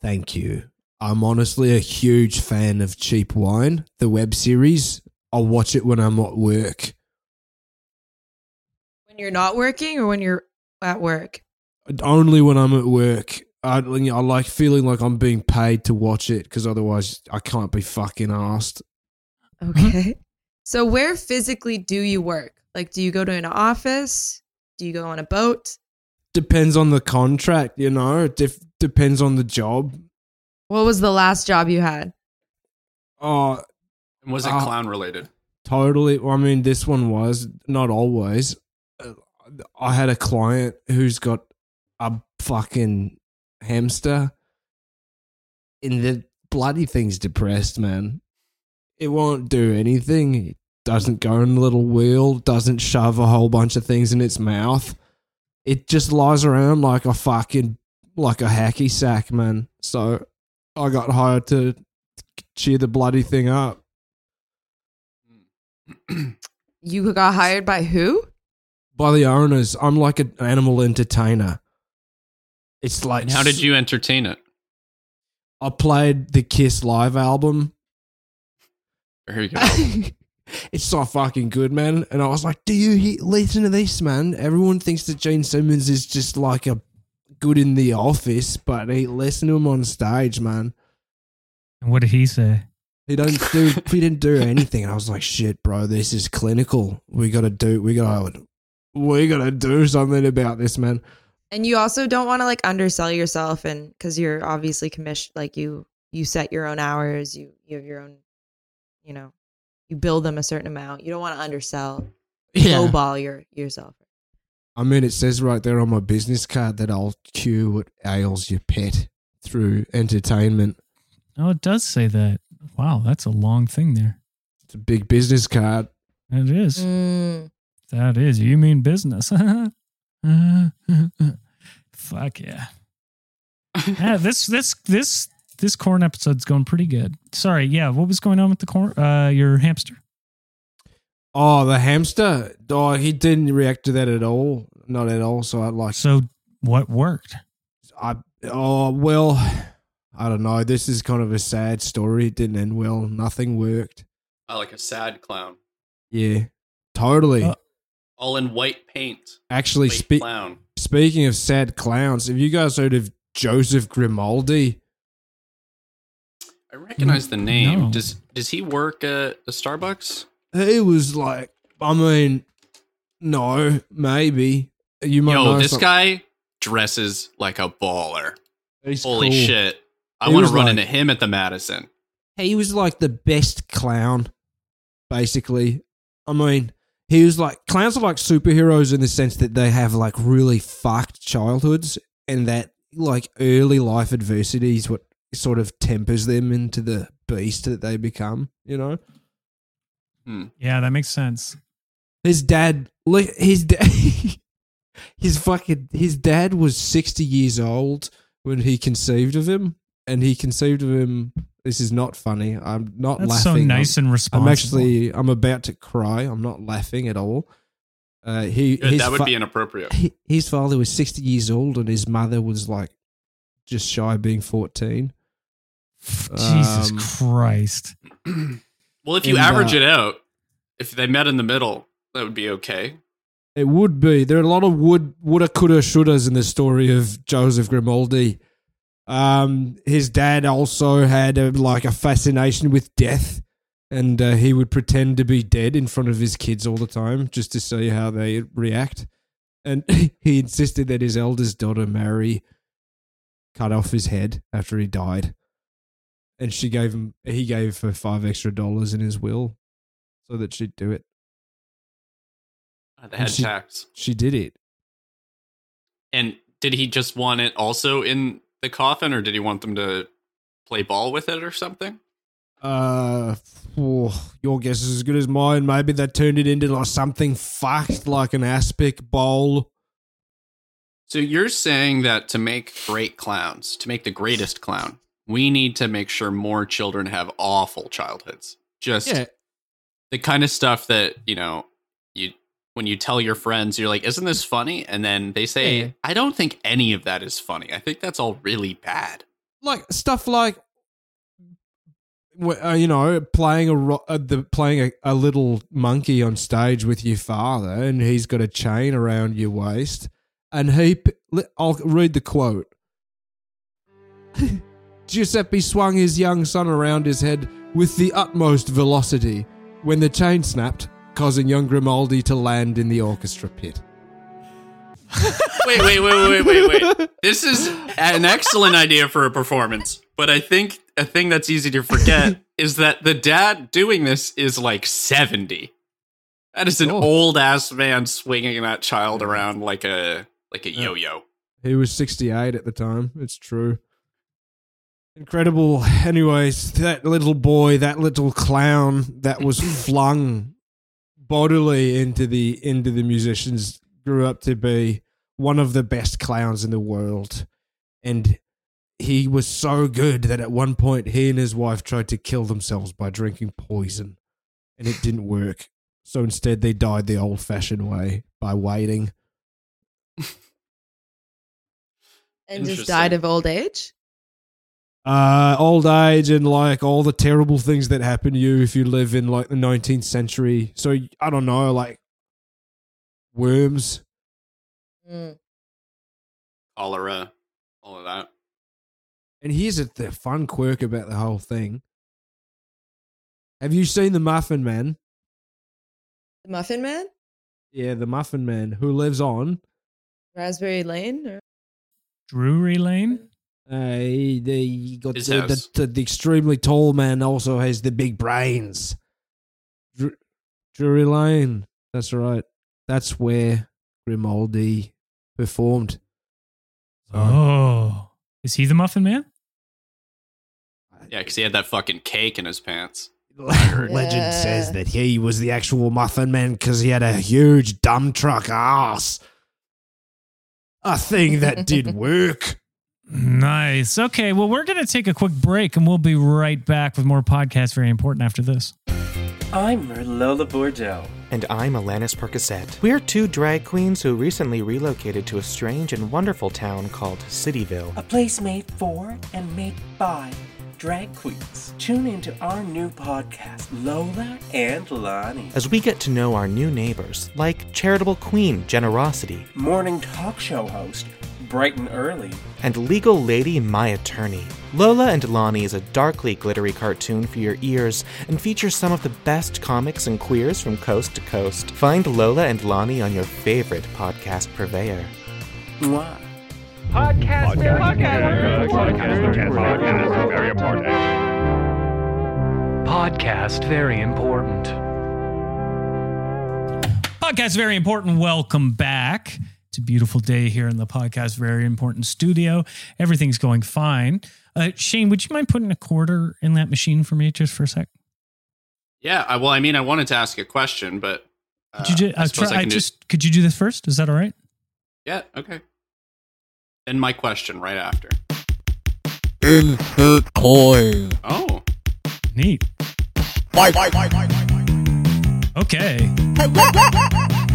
Speaker 5: Thank you. I'm honestly a huge fan of Cheap Wine, the web series. I'll watch it when I'm at work.
Speaker 6: When you're not working or when you're at work.
Speaker 5: Only when I'm at work. I, I like feeling like I'm being paid to watch it because otherwise I can't be fucking asked.
Speaker 6: Uh-huh. Okay. so where physically do you work? Like, do you go to an office? Do you go on a boat?
Speaker 5: Depends on the contract, you know? It def- depends on the job.
Speaker 6: What was the last job you had?
Speaker 5: Oh,
Speaker 2: And was it
Speaker 5: Oh.
Speaker 2: clown related?
Speaker 5: Totally. Well, I mean, this one was not always. Uh, I had a client who's got a fucking hamster, and the bloody thing's depressed, man. It won't do anything. It doesn't go in a little wheel. Doesn't shove a whole bunch of things in its mouth. It just lies around like a fucking like a hacky sack, man. So I got hired to cheer the bloody thing up.
Speaker 6: You got hired by who?
Speaker 5: by the owners. I'm like an animal entertainer. It's like
Speaker 2: And how did you entertain it?
Speaker 5: I played the Kiss live
Speaker 2: *laughs*
Speaker 5: album.
Speaker 2: Here you go.
Speaker 5: *laughs* it's so fucking good, man. And I was like, "Do you he- listen to this, man? Everyone thinks that Gene Simmons is just like a good in the office, but he listen to him on stage, man.
Speaker 4: And what did he say?
Speaker 5: He don't do. he
Speaker 2: *laughs*
Speaker 5: didn't do anything." And I was like, "Shit, bro, this is clinical. We gotta do. We gotta. We gotta do something about this, man."
Speaker 6: And you also don't want to like undersell yourself and because you're obviously commissioned like you you set your own hours, you you have your own you know, you build them a certain amount. You don't want to undersell, lowball your yourself.
Speaker 5: I mean, it says right there on my business card that I'll cure what ails your pet through entertainment.
Speaker 4: Oh, it does say that. Wow, that's a long thing there.
Speaker 5: It's a big business card.
Speaker 4: It is.
Speaker 6: Mm.
Speaker 4: That is. You mean business. *laughs* Fuck
Speaker 6: *laughs*
Speaker 4: yeah. yeah. This this this this corn episode's going pretty good. Sorry, yeah. What was going on with the corn uh your hamster?
Speaker 5: Oh, the hamster. Oh, he didn't react to that at all. Not at all. So I like,
Speaker 4: So what worked?
Speaker 5: I, oh, well, I don't know. This is kind of a sad story. It didn't end well. Nothing worked.
Speaker 2: Oh, like a sad clown,
Speaker 5: Yeah. Totally.
Speaker 4: Uh,
Speaker 2: all in white paint.
Speaker 5: Actually,
Speaker 2: Wait,
Speaker 5: spe-
Speaker 2: clown.
Speaker 5: speaking of sad clowns, have you guys heard of Joseph Grimaldi?
Speaker 2: I
Speaker 5: Mm,
Speaker 2: recognize the name.
Speaker 4: No.
Speaker 2: Does does he work at a Starbucks?
Speaker 5: he was like, I mean, no, maybe you might.
Speaker 2: Yo,
Speaker 5: know
Speaker 2: this
Speaker 5: some-
Speaker 2: guy dresses like a baller.
Speaker 5: he's
Speaker 2: Holy
Speaker 5: cool.
Speaker 2: shit! I
Speaker 5: He
Speaker 2: want to
Speaker 5: was
Speaker 2: run
Speaker 5: like-
Speaker 2: into him at the Madison.
Speaker 5: He was like the best clown, basically. I mean, he was like clowns are like superheroes in the sense that they have like really fucked childhoods, and that like early life adversity is what sort of tempers them into the beast that they become. You know.
Speaker 4: Yeah, that makes sense.
Speaker 5: His dad, look, his dad, *laughs* his fucking, his dad was sixty years old when he conceived of him, and he conceived of him. This is not funny. I'm not
Speaker 4: That's so
Speaker 5: laughing.
Speaker 4: nice and
Speaker 5: I'm,
Speaker 4: responsible.
Speaker 5: I'm actually, I'm about to cry. I'm not laughing at all. Uh, he,
Speaker 2: Good,
Speaker 5: his
Speaker 2: that would
Speaker 5: fa-
Speaker 2: be inappropriate.
Speaker 5: he- his father was sixty years old, and his mother was like just shy of being fourteen.
Speaker 4: Jesus
Speaker 5: um,
Speaker 4: Christ.
Speaker 2: well, if you
Speaker 5: in,
Speaker 2: average
Speaker 5: uh,
Speaker 2: it out, if they met in the middle, that would be okay.
Speaker 5: It would be. There are a lot of would, woulda, coulda, shouldas in the story of Joseph Grimaldi. Um, his dad also had a, like a fascination with death, and uh, he would pretend to be dead in front of his kids all the time just to see how they react. And *laughs* he insisted that his eldest daughter Mary cut off his head after he died, and she gave him he gave her five extra dollars in his will so that she'd do it.
Speaker 2: The head
Speaker 5: She-
Speaker 2: tax.
Speaker 5: She did it.
Speaker 2: And did he just want it also in the coffin, or did he want them to play ball with it or something?
Speaker 5: Uh, phew, your guess is as good as mine. Maybe they turned it into like something fucked, like an aspic bowl.
Speaker 2: So you're saying that to make great clowns, to make the greatest clown, we need to make sure more children have awful childhoods. Just the kind of stuff that, you know, you when you tell your friends, you're like, "Isn't this funny?" and then they say,
Speaker 5: Yeah.
Speaker 2: "I don't think any of that is funny. I think that's all really bad."
Speaker 5: like stuff like wh- uh, you know playing a ro- uh, the playing a, a little monkey on stage with your father and he's got a chain around your waist and he p- li- I'll read the quote *laughs* Giuseppe swung his young son around his head with the utmost velocity when the chain snapped causing young Grimaldi to land in the orchestra pit
Speaker 2: Wait, wait, wait, wait,
Speaker 4: *laughs*
Speaker 2: wait, wait. This is an excellent idea for a performance, but I think a thing that's easy
Speaker 4: *laughs*
Speaker 2: to forget is that the dad doing this is like 70. That is an
Speaker 5: Oh.
Speaker 2: old ass man swinging that child around like a like a
Speaker 5: Yeah.
Speaker 2: yo-yo.
Speaker 5: He was 68 at the time. It's true. Incredible. Anyways, that little boy, that little clown that was flung bodily into the into the musicians grew up to be one of the best clowns in the world. And he was so good that at one point he and his wife tried to kill themselves by drinking poison and it didn't work. So instead they died the old-fashioned way by waiting.
Speaker 6: and just
Speaker 2: Interesting.
Speaker 6: died of old age.
Speaker 5: uh, old age and like all the terrible things that happen to you if you live in like the 19th century. So I don't know, like worms.
Speaker 6: Mm.
Speaker 2: Cholera, all of that.
Speaker 5: And here's a, the fun quirk about the whole thing. Have you seen the Muffin Man?
Speaker 6: The Muffin Man,
Speaker 5: Yeah, the Muffin Man who lives on.
Speaker 6: Raspberry Lane, or
Speaker 4: Drury Lane?
Speaker 5: Uh, he, the, he got the,
Speaker 2: His
Speaker 5: the,
Speaker 2: house.
Speaker 5: the, the extremely tall man also has the big brains. Dr- Drury Lane. That's right. That's where Grimaldi performed.
Speaker 4: Oh. Is he the Muffin Man?
Speaker 2: Yeah, cuz he had that fucking cake in his pants.
Speaker 5: *laughs* Legend says that he was the actual Muffin Man because he had a huge dumb truck ass. A thing that did work.
Speaker 4: Nice. Okay. Well, we're going to take a quick break and we'll be right back with more podcasts. Very important after this.
Speaker 7: I'm Merlola Bordeaux.
Speaker 8: And I'm Alanis Percocet. We're two drag queens who recently relocated to a strange and wonderful town called Cityville.
Speaker 7: A place made for and made by drag queens. Tune into our new podcast, Lola and Lonnie.
Speaker 8: As we get to know our new neighbors, like charitable queen Generosity
Speaker 7: Morning talk show host, bright and early.
Speaker 8: and legal lady My Attorney. Lola and Lonnie is a darkly glittery cartoon for your ears and features some of the best comics and queers from coast to coast. Find Lola and Lonnie on your favorite podcast purveyor.
Speaker 7: Mwah.
Speaker 1: Podcast very important.
Speaker 4: Podcast very important. Welcome back. It's a beautiful day here in the podcast very important studio. Everything's going fine. Uh, Shane, would you mind putting a quarter in that machine for me just for a sec?
Speaker 2: Yeah, I, well, I mean, I wanted to ask a question, but uh,
Speaker 4: Could you ju-
Speaker 2: I
Speaker 4: I'll
Speaker 2: suppose
Speaker 4: try-
Speaker 2: I
Speaker 4: I
Speaker 2: can do-
Speaker 4: just could you do this first? Is that all right?
Speaker 2: Yeah, okay. Then my question right after.
Speaker 9: Insert coin.
Speaker 2: Oh,
Speaker 4: Neat. Okay.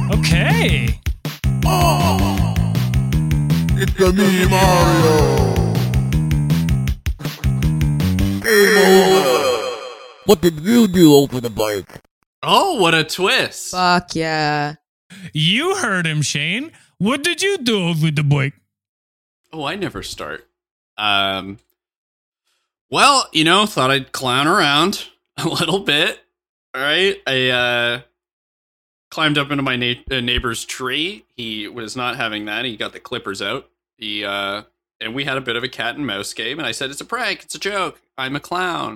Speaker 4: Okay.
Speaker 9: It's a me, Mario. Game over. What did you do over the break?
Speaker 2: oh, what a twist!
Speaker 6: fuck yeah.
Speaker 4: You heard him, Shane. What did you do with the boy?
Speaker 2: Oh, I never start. Um, well, you know, thought I'd clown around *laughs* a little bit. All right, I uh, climbed up into my na- uh, neighbor's tree. He was not having that. He got the clippers out. He uh, and we had a bit of a cat and mouse game. And I said, "It's a prank. It's a joke. I'm a clown."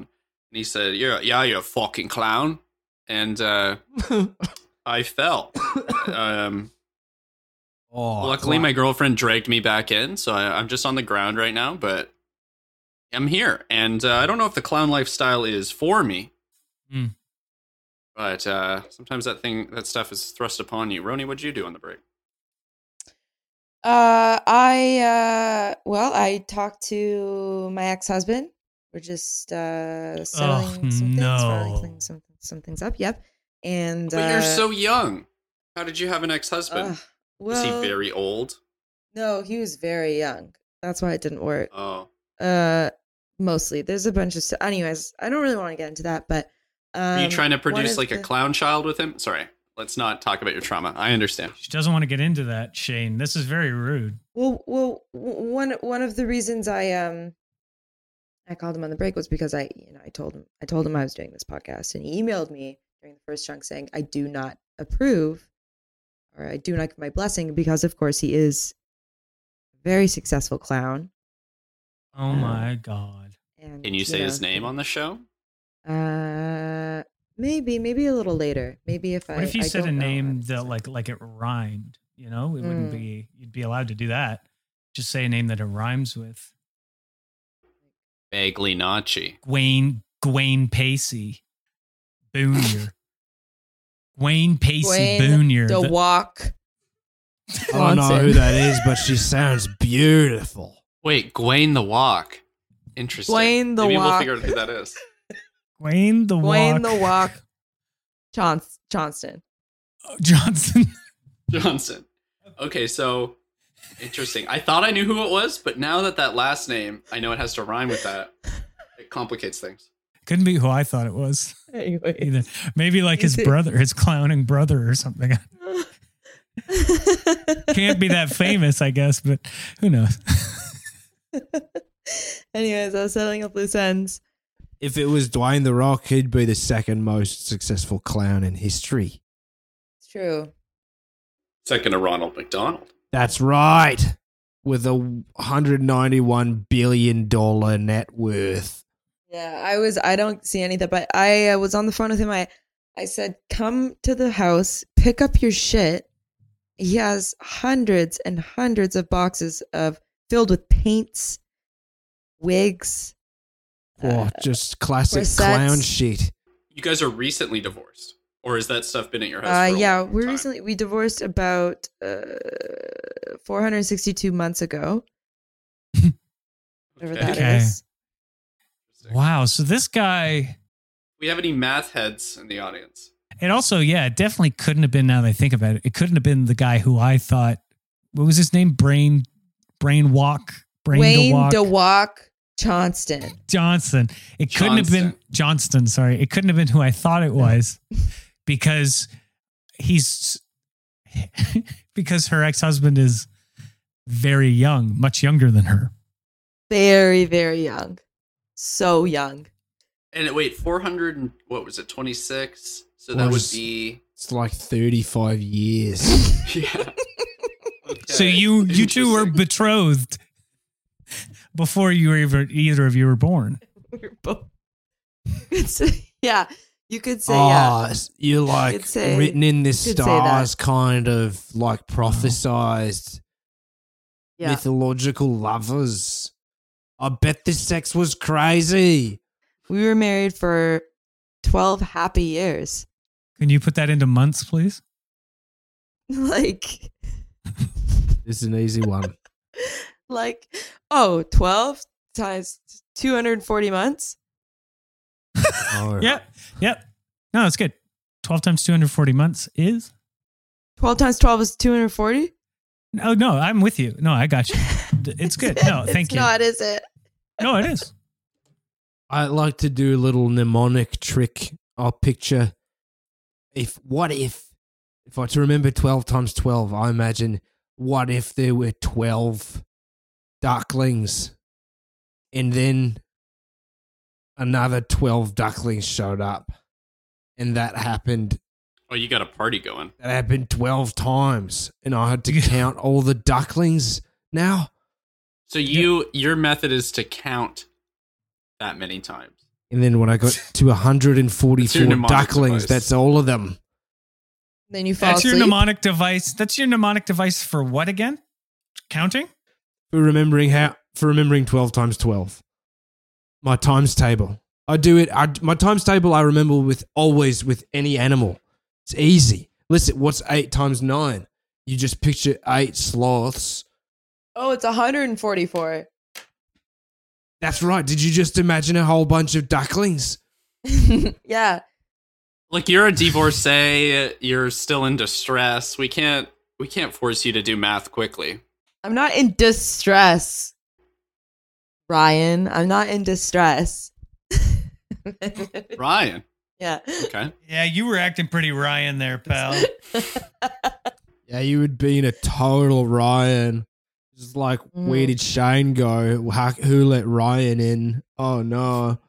Speaker 2: And he said, "You're yeah, you're a fucking clown." And uh, I fell. Um,
Speaker 4: Oh,
Speaker 2: Luckily, my girlfriend dragged me back in, so I, I'm just on the ground right now, but I'm here. And uh, I don't know if the clown lifestyle is for me,
Speaker 4: Hmm.
Speaker 2: but uh, sometimes that thing, that stuff is thrust upon you. Roni, what'd you do on the break?
Speaker 6: Uh, I uh, well, I talked to my ex-husband. We're just uh settling some things,
Speaker 4: no.
Speaker 6: filing some some things up. Yep, and
Speaker 2: but you're
Speaker 6: uh,
Speaker 2: so young. How did you have an ex
Speaker 6: uh,
Speaker 2: husband?
Speaker 6: well,
Speaker 2: is he very old?
Speaker 6: no, he was very young. That's why it didn't work.
Speaker 2: Oh,
Speaker 6: Uh, mostly there's a bunch of st- anyways. I don't really want to get into that, but um,
Speaker 2: are you trying to
Speaker 6: one
Speaker 2: produce
Speaker 6: of
Speaker 2: like a
Speaker 6: the-
Speaker 2: clown child with him? Sorry, let's not talk about your trauma. I understand.
Speaker 4: She doesn't want to get into that, Shane. This is very rude.
Speaker 6: Well, well, w- one one of the reasons I um I called him on the break was because I, you know, I told him I told him I was doing this podcast, and he emailed me during the first chunk saying I do not approve, or I do not give my blessing because, of course, he is a very successful clown.
Speaker 4: Oh my god.
Speaker 6: And
Speaker 2: Can you say his name on the show?
Speaker 6: the? Uh, maybe, maybe a little later. Maybe if I.
Speaker 4: What if you
Speaker 6: I
Speaker 4: said a
Speaker 6: don't know
Speaker 4: name
Speaker 6: honestly.
Speaker 4: that like like it rhymed? You know, it wouldn't
Speaker 6: Mm.
Speaker 4: be. You'd be allowed to do that. Just say a name that it rhymes with.
Speaker 2: Bagley Nachi.
Speaker 4: Gwaine Gwaine Pacey Boonier. *laughs* Gwaine Pacey
Speaker 6: Gwaine
Speaker 4: Boonier.
Speaker 6: the
Speaker 4: The-
Speaker 6: walk.
Speaker 5: I don't know
Speaker 6: Johnson. *laughs*
Speaker 5: who that is, but she sounds beautiful.
Speaker 2: Wait, Gwaine the Walk. Interesting.
Speaker 6: Gwaine the
Speaker 2: Maybe we'll
Speaker 6: Walk.
Speaker 2: figure out who that is.
Speaker 4: Gwaine the
Speaker 6: Wayne
Speaker 4: Walk.
Speaker 6: the walk. Chaunce, Johnston.
Speaker 4: *laughs* Johnson.
Speaker 2: *laughs* Johnson. Okay, so interesting. I thought I knew who it was, but now that that last name, I know it has to rhyme with
Speaker 6: *laughs*
Speaker 2: that. It complicates things.
Speaker 4: Couldn't be who I thought it was
Speaker 6: Anyway.
Speaker 4: either. Maybe like
Speaker 6: *laughs*
Speaker 4: his
Speaker 6: Is it-
Speaker 4: brother, his clowning brother or something. *laughs* Can't be that famous, I guess, but who knows?
Speaker 6: *laughs*
Speaker 4: *laughs*
Speaker 6: Anyways, I was settling up loose ends.
Speaker 5: If it was Dwayne the Rock, he'd be the second most successful clown in history.
Speaker 6: It's true.
Speaker 2: Second to Ronald McDonald.
Speaker 5: That's right. With a 191 billion dollar net
Speaker 6: Uh,
Speaker 5: worth.
Speaker 6: Yeah, I was. I don't see anything, but I uh, was on the phone with him. I, I said, "Come to the house, pick up your shit." He has hundreds and hundreds of boxes of filled with paints, wigs.
Speaker 5: Oh,
Speaker 6: Uh,
Speaker 5: just classic
Speaker 6: corsets.
Speaker 5: clown shit.
Speaker 2: You guys are recently divorced, or has that stuff been at your house?
Speaker 6: Uh,
Speaker 2: for a
Speaker 6: yeah,
Speaker 2: long
Speaker 6: we
Speaker 2: time?
Speaker 6: recently we divorced about uh, 462 months ago. Whatever that is.
Speaker 4: Okay. Wow. So this guy,
Speaker 2: We have any math heads in the audience?
Speaker 4: it also, yeah, it definitely couldn't have been now that I think about it. It couldn't have been the guy who I thought, what was his name? Brain, Brain Walk, Brain
Speaker 6: Wayne
Speaker 4: DeWalk.
Speaker 6: DeWalk Johnston.
Speaker 4: Johnson. It couldn't have been Johnston. Sorry, it couldn't have been who I thought it was, because he's because her ex husband is very young, much younger than her.
Speaker 6: very very young so young
Speaker 2: And wait, four hundred and what was it? Twenty six. So
Speaker 5: Or
Speaker 2: that would
Speaker 5: is-
Speaker 2: be
Speaker 5: It's like 35
Speaker 6: *laughs*
Speaker 2: *laughs*
Speaker 5: years.
Speaker 2: yeah.
Speaker 4: So you you two were
Speaker 2: Interesting.
Speaker 4: betrothed before you were even either of you were born.
Speaker 6: we're both *laughs* it's, yeah you could say yeah
Speaker 5: Ah, s- you're like
Speaker 6: Could say-
Speaker 5: written in the
Speaker 6: could say that.
Speaker 5: stars, kind of like prophesized
Speaker 6: yeah
Speaker 5: mythological lovers. I bet this sex was crazy.
Speaker 6: we were married for 12 happy years *laughs*
Speaker 4: Can you put that into months, please?
Speaker 6: like
Speaker 5: This is an easy one.
Speaker 6: like oh 12 times 240 months
Speaker 5: Oh.
Speaker 4: Yep. Yep. No, it's good. Twelve times two hundred forty months is
Speaker 6: 12 times 12 is 240
Speaker 4: no, Oh, no. I'm with you. No, I
Speaker 6: *laughs*
Speaker 4: got you. It's good. No, thank
Speaker 6: it's
Speaker 4: you.
Speaker 6: not is it
Speaker 4: No, it is.
Speaker 5: I like to do a little mnemonic trick. I'll picture if what if if I to remember twelve times twelve, I imagine what if there were twelve ducklings And then another 12 ducklings showed up. And that happened.
Speaker 2: Oh, you got a party going.
Speaker 5: That happened 12 times. And I had to count all the ducklings now.
Speaker 2: So you your method is to count that many times.
Speaker 5: And then when
Speaker 2: *laughs*
Speaker 5: I got to
Speaker 2: It's your
Speaker 5: 144
Speaker 2: mnemonic
Speaker 5: ducklings,
Speaker 2: device.
Speaker 5: that's all of them.
Speaker 6: Then you *laughs* fall
Speaker 4: That's your
Speaker 6: asleep.
Speaker 4: mnemonic device. That's your mnemonic device for what again? Counting?
Speaker 5: for remembering how for remembering 12 times 12 my times table i do it I, my times table i remember with always with any animal it's easy listen what's 8 times 9 you just picture 8 sloths
Speaker 6: Oh, it's 144.
Speaker 5: that's right did you just imagine a whole bunch of ducklings
Speaker 6: *laughs* yeah.
Speaker 2: Look, you're a divorcee. You're still in distress. We can't we can't force you to do math quickly.
Speaker 6: I'm not in distress, Ryan. I'm not in distress. *laughs*
Speaker 2: Ryan.
Speaker 6: yeah.
Speaker 2: Okay.
Speaker 4: Yeah, you were acting pretty Ryan there, pal.
Speaker 5: yeah you would be in a total ryan just like where
Speaker 6: Mm.
Speaker 5: did shane go How, who let ryan in oh no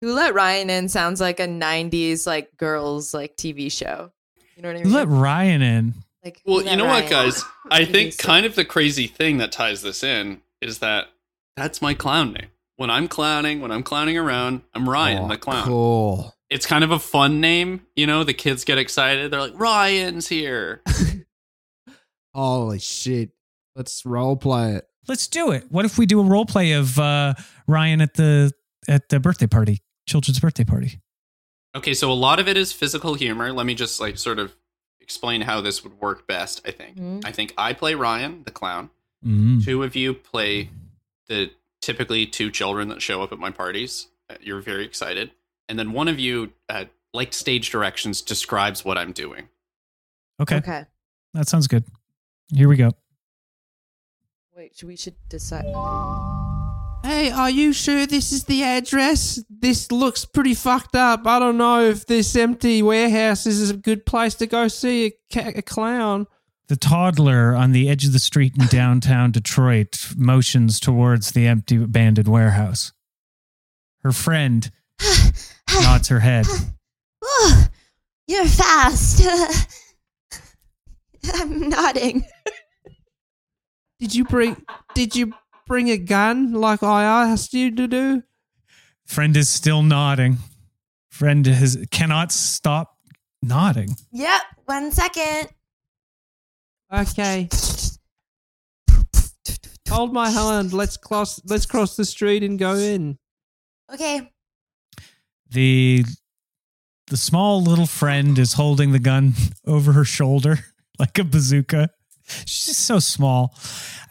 Speaker 6: Who Let Ryan In sounds like a 90s like girls like TV show. You know what I mean?
Speaker 4: Let Ryan in.
Speaker 6: like, Who
Speaker 2: Well,
Speaker 6: Let
Speaker 2: you know
Speaker 6: Ryan
Speaker 2: what,
Speaker 6: In? *laughs*
Speaker 2: guys? I
Speaker 6: It
Speaker 2: think
Speaker 6: is so-
Speaker 2: kind of the crazy thing that ties this in is that that's my clown name. When I'm clowning, when I'm clowning around, I'm Ryan
Speaker 5: Oh,
Speaker 2: the clown.
Speaker 5: cool
Speaker 2: It's kind of a fun name, you know. The kids get excited. They're like, "Ryan's here."
Speaker 5: holy shit let's role play it
Speaker 4: Let's do it. What if we do a role play of uh, Ryan at the at the birthday party, children's birthday party?
Speaker 2: Okay, so a lot of it is physical humor. Let me just like sort of explain how this would work best, I think.
Speaker 6: Mhm.
Speaker 2: I think I play Ryan, the clown.
Speaker 4: Mm.
Speaker 2: Two of you play the typically two children that show up at my parties. Uh, You're very excited. And then one of you, uh, like stage directions, describes what I'm doing.
Speaker 4: Okay.
Speaker 6: Okay.
Speaker 4: that sounds good. Here we go.
Speaker 6: Wait, should we should decide.
Speaker 5: Hey, are you sure this is the address? This looks pretty fucked up. I don't know if this empty warehouse is a good place to go see a, ca- a clown.
Speaker 4: The toddler on the edge of the street in downtown Detroit motions towards the empty abandoned warehouse. Her friend nods her head.
Speaker 10: Oh, you're fast. *laughs* I'm nodding.
Speaker 5: Did you bring? Did you bring a gun like I asked you to do?
Speaker 4: Friend is still nodding. Friend has cannot stop nodding.
Speaker 10: Yep, one second.
Speaker 5: Okay. Hold my hand. Let's cross. Let's cross the street and go in.
Speaker 10: Okay.
Speaker 4: the the small little friend is holding the gun *laughs* over her shoulder *laughs* like a bazooka. She's just so small.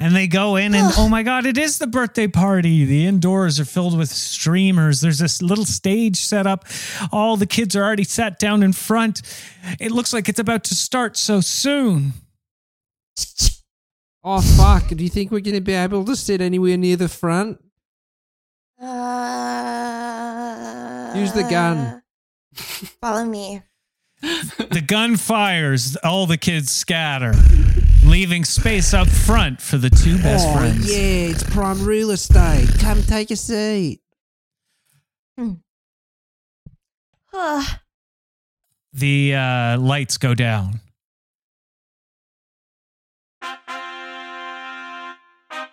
Speaker 4: And they go in and oh my god, it is the birthday party. The indoors are filled with streamers. There's this little stage set up. All the kids are already sat down in front. It looks like it's about to start so soon.
Speaker 5: Oh fuck! Do you think we're gonna be able to sit anywhere near the front?
Speaker 10: Uh,
Speaker 5: Use the gun.
Speaker 10: Follow me.
Speaker 4: The gun fires. Oh, All the kids scatter, leaving space up front for the two best
Speaker 5: oh
Speaker 4: friends.
Speaker 5: yeah, it's prime real estate. Come take a seat.
Speaker 10: Oh,
Speaker 4: the uh, lights go down.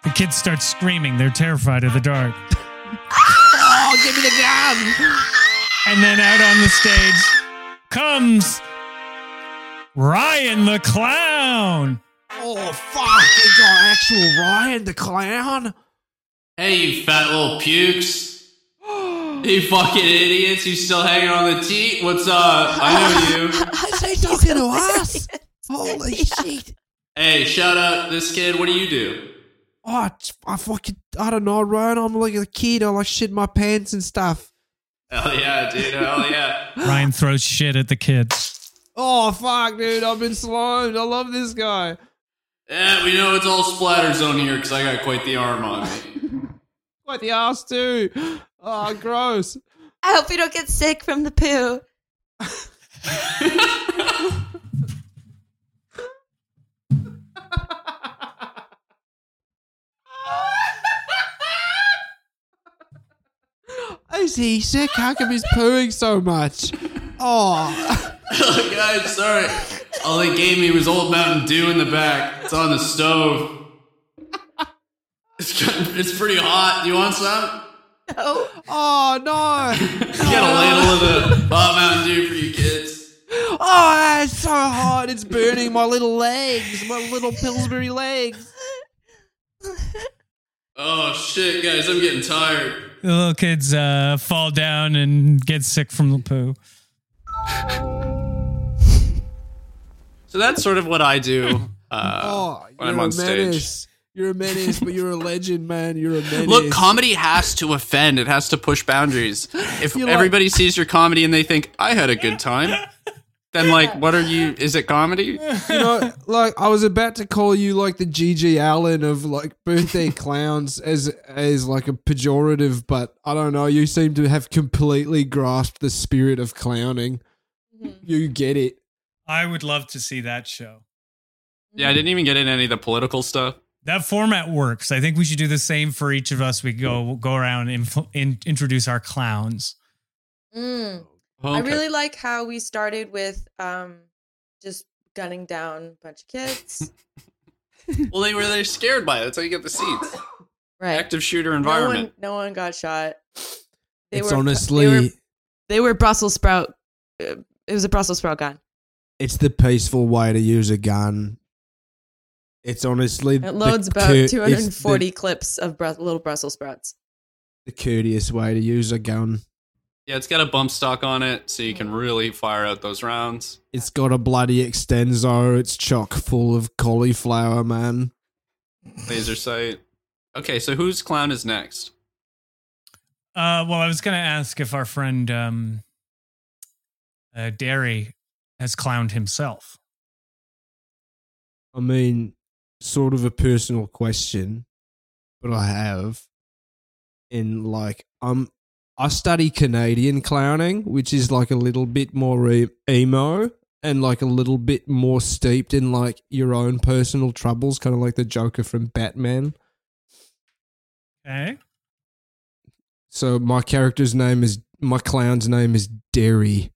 Speaker 4: The kids start screaming. They're terrified of the dark.
Speaker 5: Oh, give me the gun!
Speaker 4: And then out on the stage comes Ryan the Clown.
Speaker 5: Oh, fuck! They got actual Ryan the clown.
Speaker 2: Hey, you fat little pukes! you fucking idiots! You still hanging on the teat? What's up? I know
Speaker 6: *laughs*
Speaker 2: you.
Speaker 5: Is he talking
Speaker 10: *laughs*
Speaker 5: to us? Holy shit!
Speaker 2: Hey, shout out this kid. What do you do?
Speaker 5: Oh, it's- I fucking I don't know, Ryan. I'm like a kid. I like shit my pants and stuff.
Speaker 2: Hell yeah, dude. Hell yeah.
Speaker 4: Ryan throws shit at the kids.
Speaker 5: Oh fuck, dude! I've been slimed. I love this guy.
Speaker 2: Yeah, Eh, we know it's all splatter zone here because I got quite the arm on me.
Speaker 5: Quite the ass too. *gasps* Oh, gross.
Speaker 10: I hope we don't get sick from the poo.
Speaker 5: he sick? How come he's pooing so much? *laughs* Oh,
Speaker 2: Guys, sorry. All they gave me was old Mountain Dew in the back. It's on the stove. It's, got- it's pretty hot. You want some?
Speaker 5: oh no!
Speaker 2: You got a ladle of the hot Mountain Dew for you kids.
Speaker 5: Oh, it's so hot. It's burning my little legs, my little Pillsbury legs.
Speaker 2: Oh shit, guys, I'm getting tired.
Speaker 4: The little kids uh, fall down and get sick from the poo.
Speaker 2: So that's sort of what I do. Uh,
Speaker 5: Oh,
Speaker 2: when
Speaker 5: you're
Speaker 2: I'm on
Speaker 5: a
Speaker 2: stage.
Speaker 5: menace. You're a menace,
Speaker 2: *laughs*
Speaker 5: but you're a legend, man. You're a menace.
Speaker 2: Look, comedy has to offend. It has to push
Speaker 5: *laughs*
Speaker 2: boundaries. If
Speaker 5: You like-
Speaker 2: everybody sees your comedy and they think I had a good time, then like, what are you? Is it comedy?
Speaker 5: you know, like I was about to call you like the GG Allen of like
Speaker 2: *laughs*
Speaker 5: birthday clowns as as like a pejorative, but I don't know. You seem to have completely grasped the spirit of clowning.
Speaker 6: Mm-hmm.
Speaker 5: You get it.
Speaker 4: I would love to see that show.
Speaker 2: Yeah, I didn't even get in any of the political stuff.
Speaker 4: That format works. I think we should do the same for each of us. We go go around and infl- in, introduce our clowns.
Speaker 6: Mm. I
Speaker 2: Okay.
Speaker 6: really like how we started with um, just gunning down a bunch of kids.
Speaker 2: well, they were they're scared by it. That's how you get the seats.
Speaker 6: *laughs* right.
Speaker 2: Active shooter
Speaker 6: No
Speaker 2: environment.
Speaker 6: one, no one got shot.
Speaker 5: it's
Speaker 6: cu-
Speaker 5: honestly,
Speaker 6: They were, they were Brussels sprout. uh, It was a Brussels sprout gun.
Speaker 5: it's the peaceful way to use a gun. It's honestly
Speaker 6: It loads
Speaker 5: the
Speaker 6: about
Speaker 5: cour- it's the-
Speaker 6: 240 clips of Brus- little Brussels sprouts.
Speaker 5: the courteous way to use a gun.
Speaker 2: Yeah, it's got a bump stock on it, so you can really fire out those rounds.
Speaker 5: It's got a bloody extenso. It's chock full of cauliflower, man.
Speaker 2: Laser sight. Okay, so whose clown is next?
Speaker 4: Uh, well, I was going to ask if our friend um, uh, Derry has clowned himself.
Speaker 5: I mean, sort of a personal question, but I have. In like, um, I study Canadian clowning, which is like a little bit more e- emo and like a little bit more steeped in like your own personal troubles, kind of like the Joker from Batman.
Speaker 4: Okay.
Speaker 5: So my character's name is my clown's name is Derry.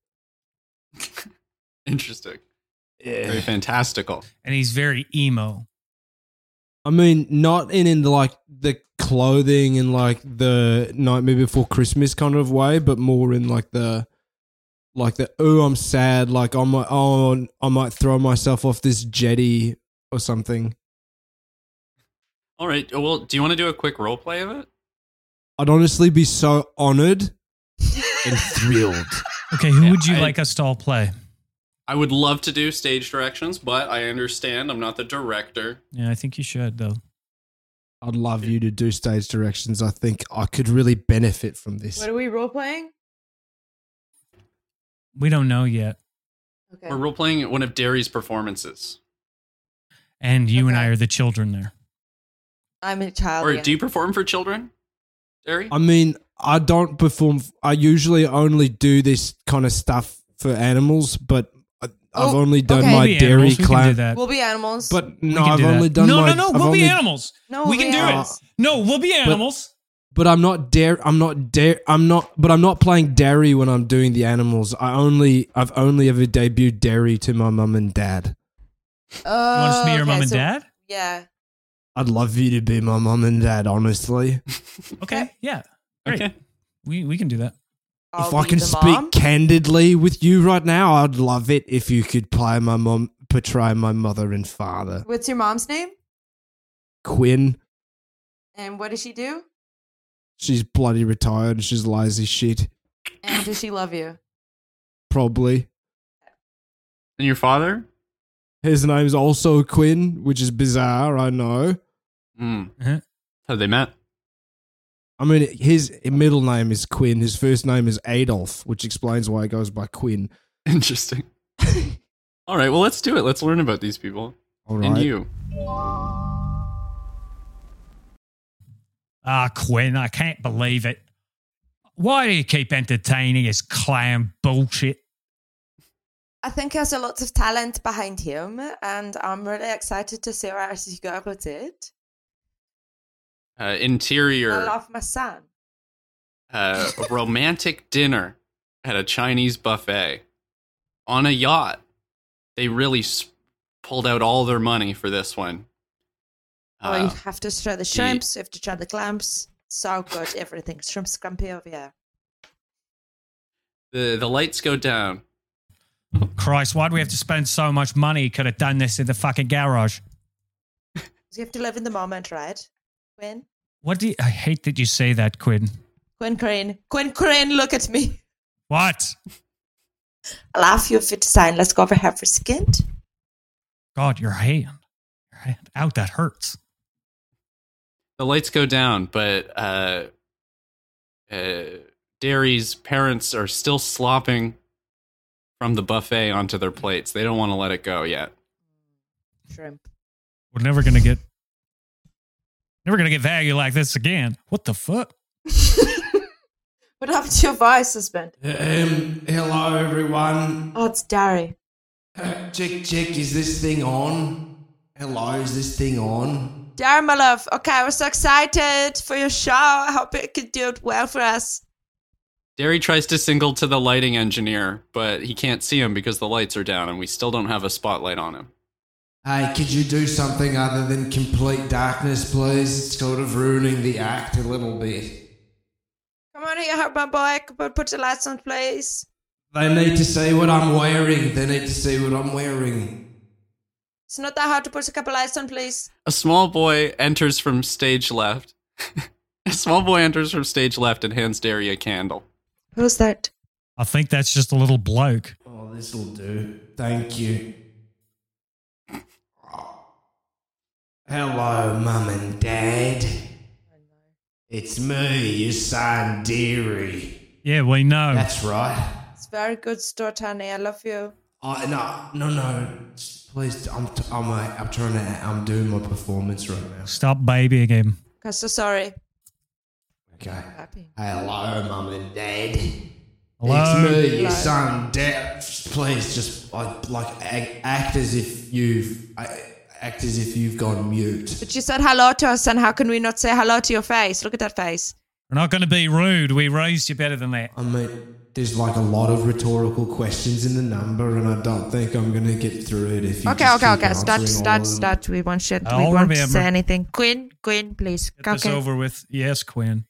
Speaker 2: Interesting. Very fantastical.
Speaker 4: And he's very emo.
Speaker 5: I mean, not in in the, like the clothing and like the Nightmare Before Christmas kind of way, but more in like the like the oh I'm sad, like I might oh I might throw myself off this jetty or something.
Speaker 2: All right. Well, do you want to do a quick role play of it?
Speaker 5: I'd honestly be so honored and thrilled.
Speaker 4: Okay, who
Speaker 2: Yeah,
Speaker 4: would you
Speaker 2: I-
Speaker 4: like us to all play?
Speaker 2: I would love to do stage directions, but I understand I'm not the director.
Speaker 4: Yeah, I think you should though.
Speaker 5: I'd love you to do stage directions. I think I could really benefit from this.
Speaker 6: What are we role playing?
Speaker 4: We don't know yet.
Speaker 6: Okay.
Speaker 2: We're role playing one of Derry's performances.
Speaker 4: And you and I
Speaker 6: Okay.
Speaker 4: are the children there.
Speaker 6: I'm a child.
Speaker 2: Or
Speaker 6: again.
Speaker 2: do you perform for children, Derry?
Speaker 5: I mean, I don't perform. I usually only do this kind of stuff for animals, but I, I've
Speaker 6: Oh,
Speaker 5: only done
Speaker 6: okay.
Speaker 5: my
Speaker 4: We'll be
Speaker 5: dairy
Speaker 4: animals, we can do
Speaker 5: clown.
Speaker 4: that.
Speaker 6: We'll be animals. Uh,
Speaker 5: But
Speaker 4: We
Speaker 5: no,
Speaker 4: can
Speaker 5: I've
Speaker 4: do that.
Speaker 5: only done
Speaker 4: no,
Speaker 5: my.
Speaker 4: no, no.
Speaker 5: I've
Speaker 4: We'll
Speaker 5: only,
Speaker 4: be animals.
Speaker 6: no,
Speaker 4: we
Speaker 6: we'll
Speaker 4: can
Speaker 6: be
Speaker 4: do it.
Speaker 6: animals.
Speaker 4: No, we'll be animals.
Speaker 5: But I'm not dare. I'm not dare. I'm not. But I'm not playing dairy when I'm doing the animals. I only. I've only ever debuted dairy to my mum and dad.
Speaker 6: Oh,
Speaker 4: you want us to be your
Speaker 6: okay,
Speaker 4: mom and
Speaker 6: so-
Speaker 4: dad?
Speaker 6: Yeah.
Speaker 5: I'd love you to be my mum and dad. Honestly,
Speaker 4: Okay. Yeah. Great.
Speaker 2: Okay.
Speaker 4: We we can do that.
Speaker 6: I'll
Speaker 5: if I
Speaker 6: be
Speaker 5: can
Speaker 6: the
Speaker 5: speak
Speaker 6: mom.
Speaker 5: candidly with you right now, I'd love it if you could play my mum, portray my mother and father,
Speaker 6: What's your mom's name?
Speaker 5: Quinn.
Speaker 6: And what does she do?
Speaker 5: She's bloody retired. and She's lazy shit.
Speaker 6: And does she love you?
Speaker 5: Probably.
Speaker 2: And your father?
Speaker 5: His name's also Quinn, which is bizarre. I know.
Speaker 2: Hmm.
Speaker 4: Uh-huh.
Speaker 2: How they met? *laughs*
Speaker 5: I mean, his middle name is Quinn. His first name is Adolf, which explains why he goes by Quinn.
Speaker 2: Interesting. All right. Well, let's do it. Let's learn about these people
Speaker 5: All right.
Speaker 2: and you.
Speaker 4: Ah, Quinn, I can't believe it. Why do you keep entertaining this clown bullshit?
Speaker 10: I think there's a lot of talent behind him, and I'm really excited to see where he goes with it.
Speaker 2: Uh,
Speaker 10: I
Speaker 2: interior
Speaker 10: love my son.
Speaker 2: uh, a romantic dinner at a Chinese buffet on a yacht. They really s- pulled out all their money for this one.
Speaker 6: Oh, you
Speaker 2: Uh,
Speaker 6: have to try the shrimps, you have to try the clams. So good, everything. Shrimps scampi over here.
Speaker 2: the the lights go down.
Speaker 4: Christ, why'd we have to spend so much money? Could have done this in the fucking garage.
Speaker 6: You have to live in the moment, right? Quinn?
Speaker 4: What do you, I hate that you say that, Quinn?
Speaker 6: Quinn Crane. Quinn Crane, look at me.
Speaker 4: What?
Speaker 6: Laugh you fit sign. Let's go over here for skint.
Speaker 4: God, your hand. Your hand. Out, that hurts.
Speaker 2: The lights go down, but uh, uh, Derry's parents are still slopping from the buffet onto their plates. They don't want to let it go yet.
Speaker 6: Shrimp.
Speaker 4: We're never gonna get never gonna get value like this again. What the fuck?
Speaker 6: What happened to your voice, husband?
Speaker 5: Um, hello everyone.
Speaker 6: Oh, it's Dari.
Speaker 5: Check, check. Is this thing on? Hello, is this thing on?
Speaker 6: Dari, my love. Okay, we're so excited for your show. I hope it can do it well for us.
Speaker 2: Derry tries to single to the lighting engineer, but he can't see him because the lights are down and we still don't have a spotlight on him.
Speaker 5: Hey, could you do something other than complete darkness, please? It's sort of ruining the act a little bit.
Speaker 6: Come on here, husband boy. Come on, put the lights on, please.
Speaker 5: They need to see what I'm wearing. They need to see what I'm wearing.
Speaker 6: It's not that hard to put a couple lights on, please.
Speaker 2: A small boy enters from stage left. *laughs* a small boy enters from stage left and hands Derry a candle.
Speaker 6: Who's that?
Speaker 4: I think that's just a little bloke.
Speaker 5: Oh, this'll do. Thank you. Hello, Mum and Dad. It's me, your son, Deary.
Speaker 4: Yeah, we know.
Speaker 5: That's right.
Speaker 6: It's very good store, honey. I love you.
Speaker 5: I no, no, no. Please, I'm, t- I'm, uh, I'm trying to, I'm doing my performance right now.
Speaker 4: Stop babying him.
Speaker 6: I'm so sorry.
Speaker 5: Okay.
Speaker 6: Happy.
Speaker 5: Hello, Mum and Dad.
Speaker 4: Hello?
Speaker 5: It's me, your son, Dad. Please, just like, like act, act as if you've I- act as if you've gone mute.
Speaker 6: But you said hello to us, and how can we not say hello to your face? Look at that face.
Speaker 4: We're not gonna be rude. We raised you better than that.
Speaker 5: I mean, there's like a lot of rhetorical questions in the number, and I don't think I'm gonna get through it if you.
Speaker 6: Okay,
Speaker 5: just
Speaker 6: okay,
Speaker 5: keep
Speaker 6: okay.
Speaker 5: answering
Speaker 6: Start,
Speaker 5: all
Speaker 6: start,
Speaker 5: of them.
Speaker 6: start. We want shit.
Speaker 4: I'll
Speaker 6: we want to
Speaker 4: remember.
Speaker 6: say anything. Quinn, Quinn, please.
Speaker 4: Get this over with. Yes, Quinn.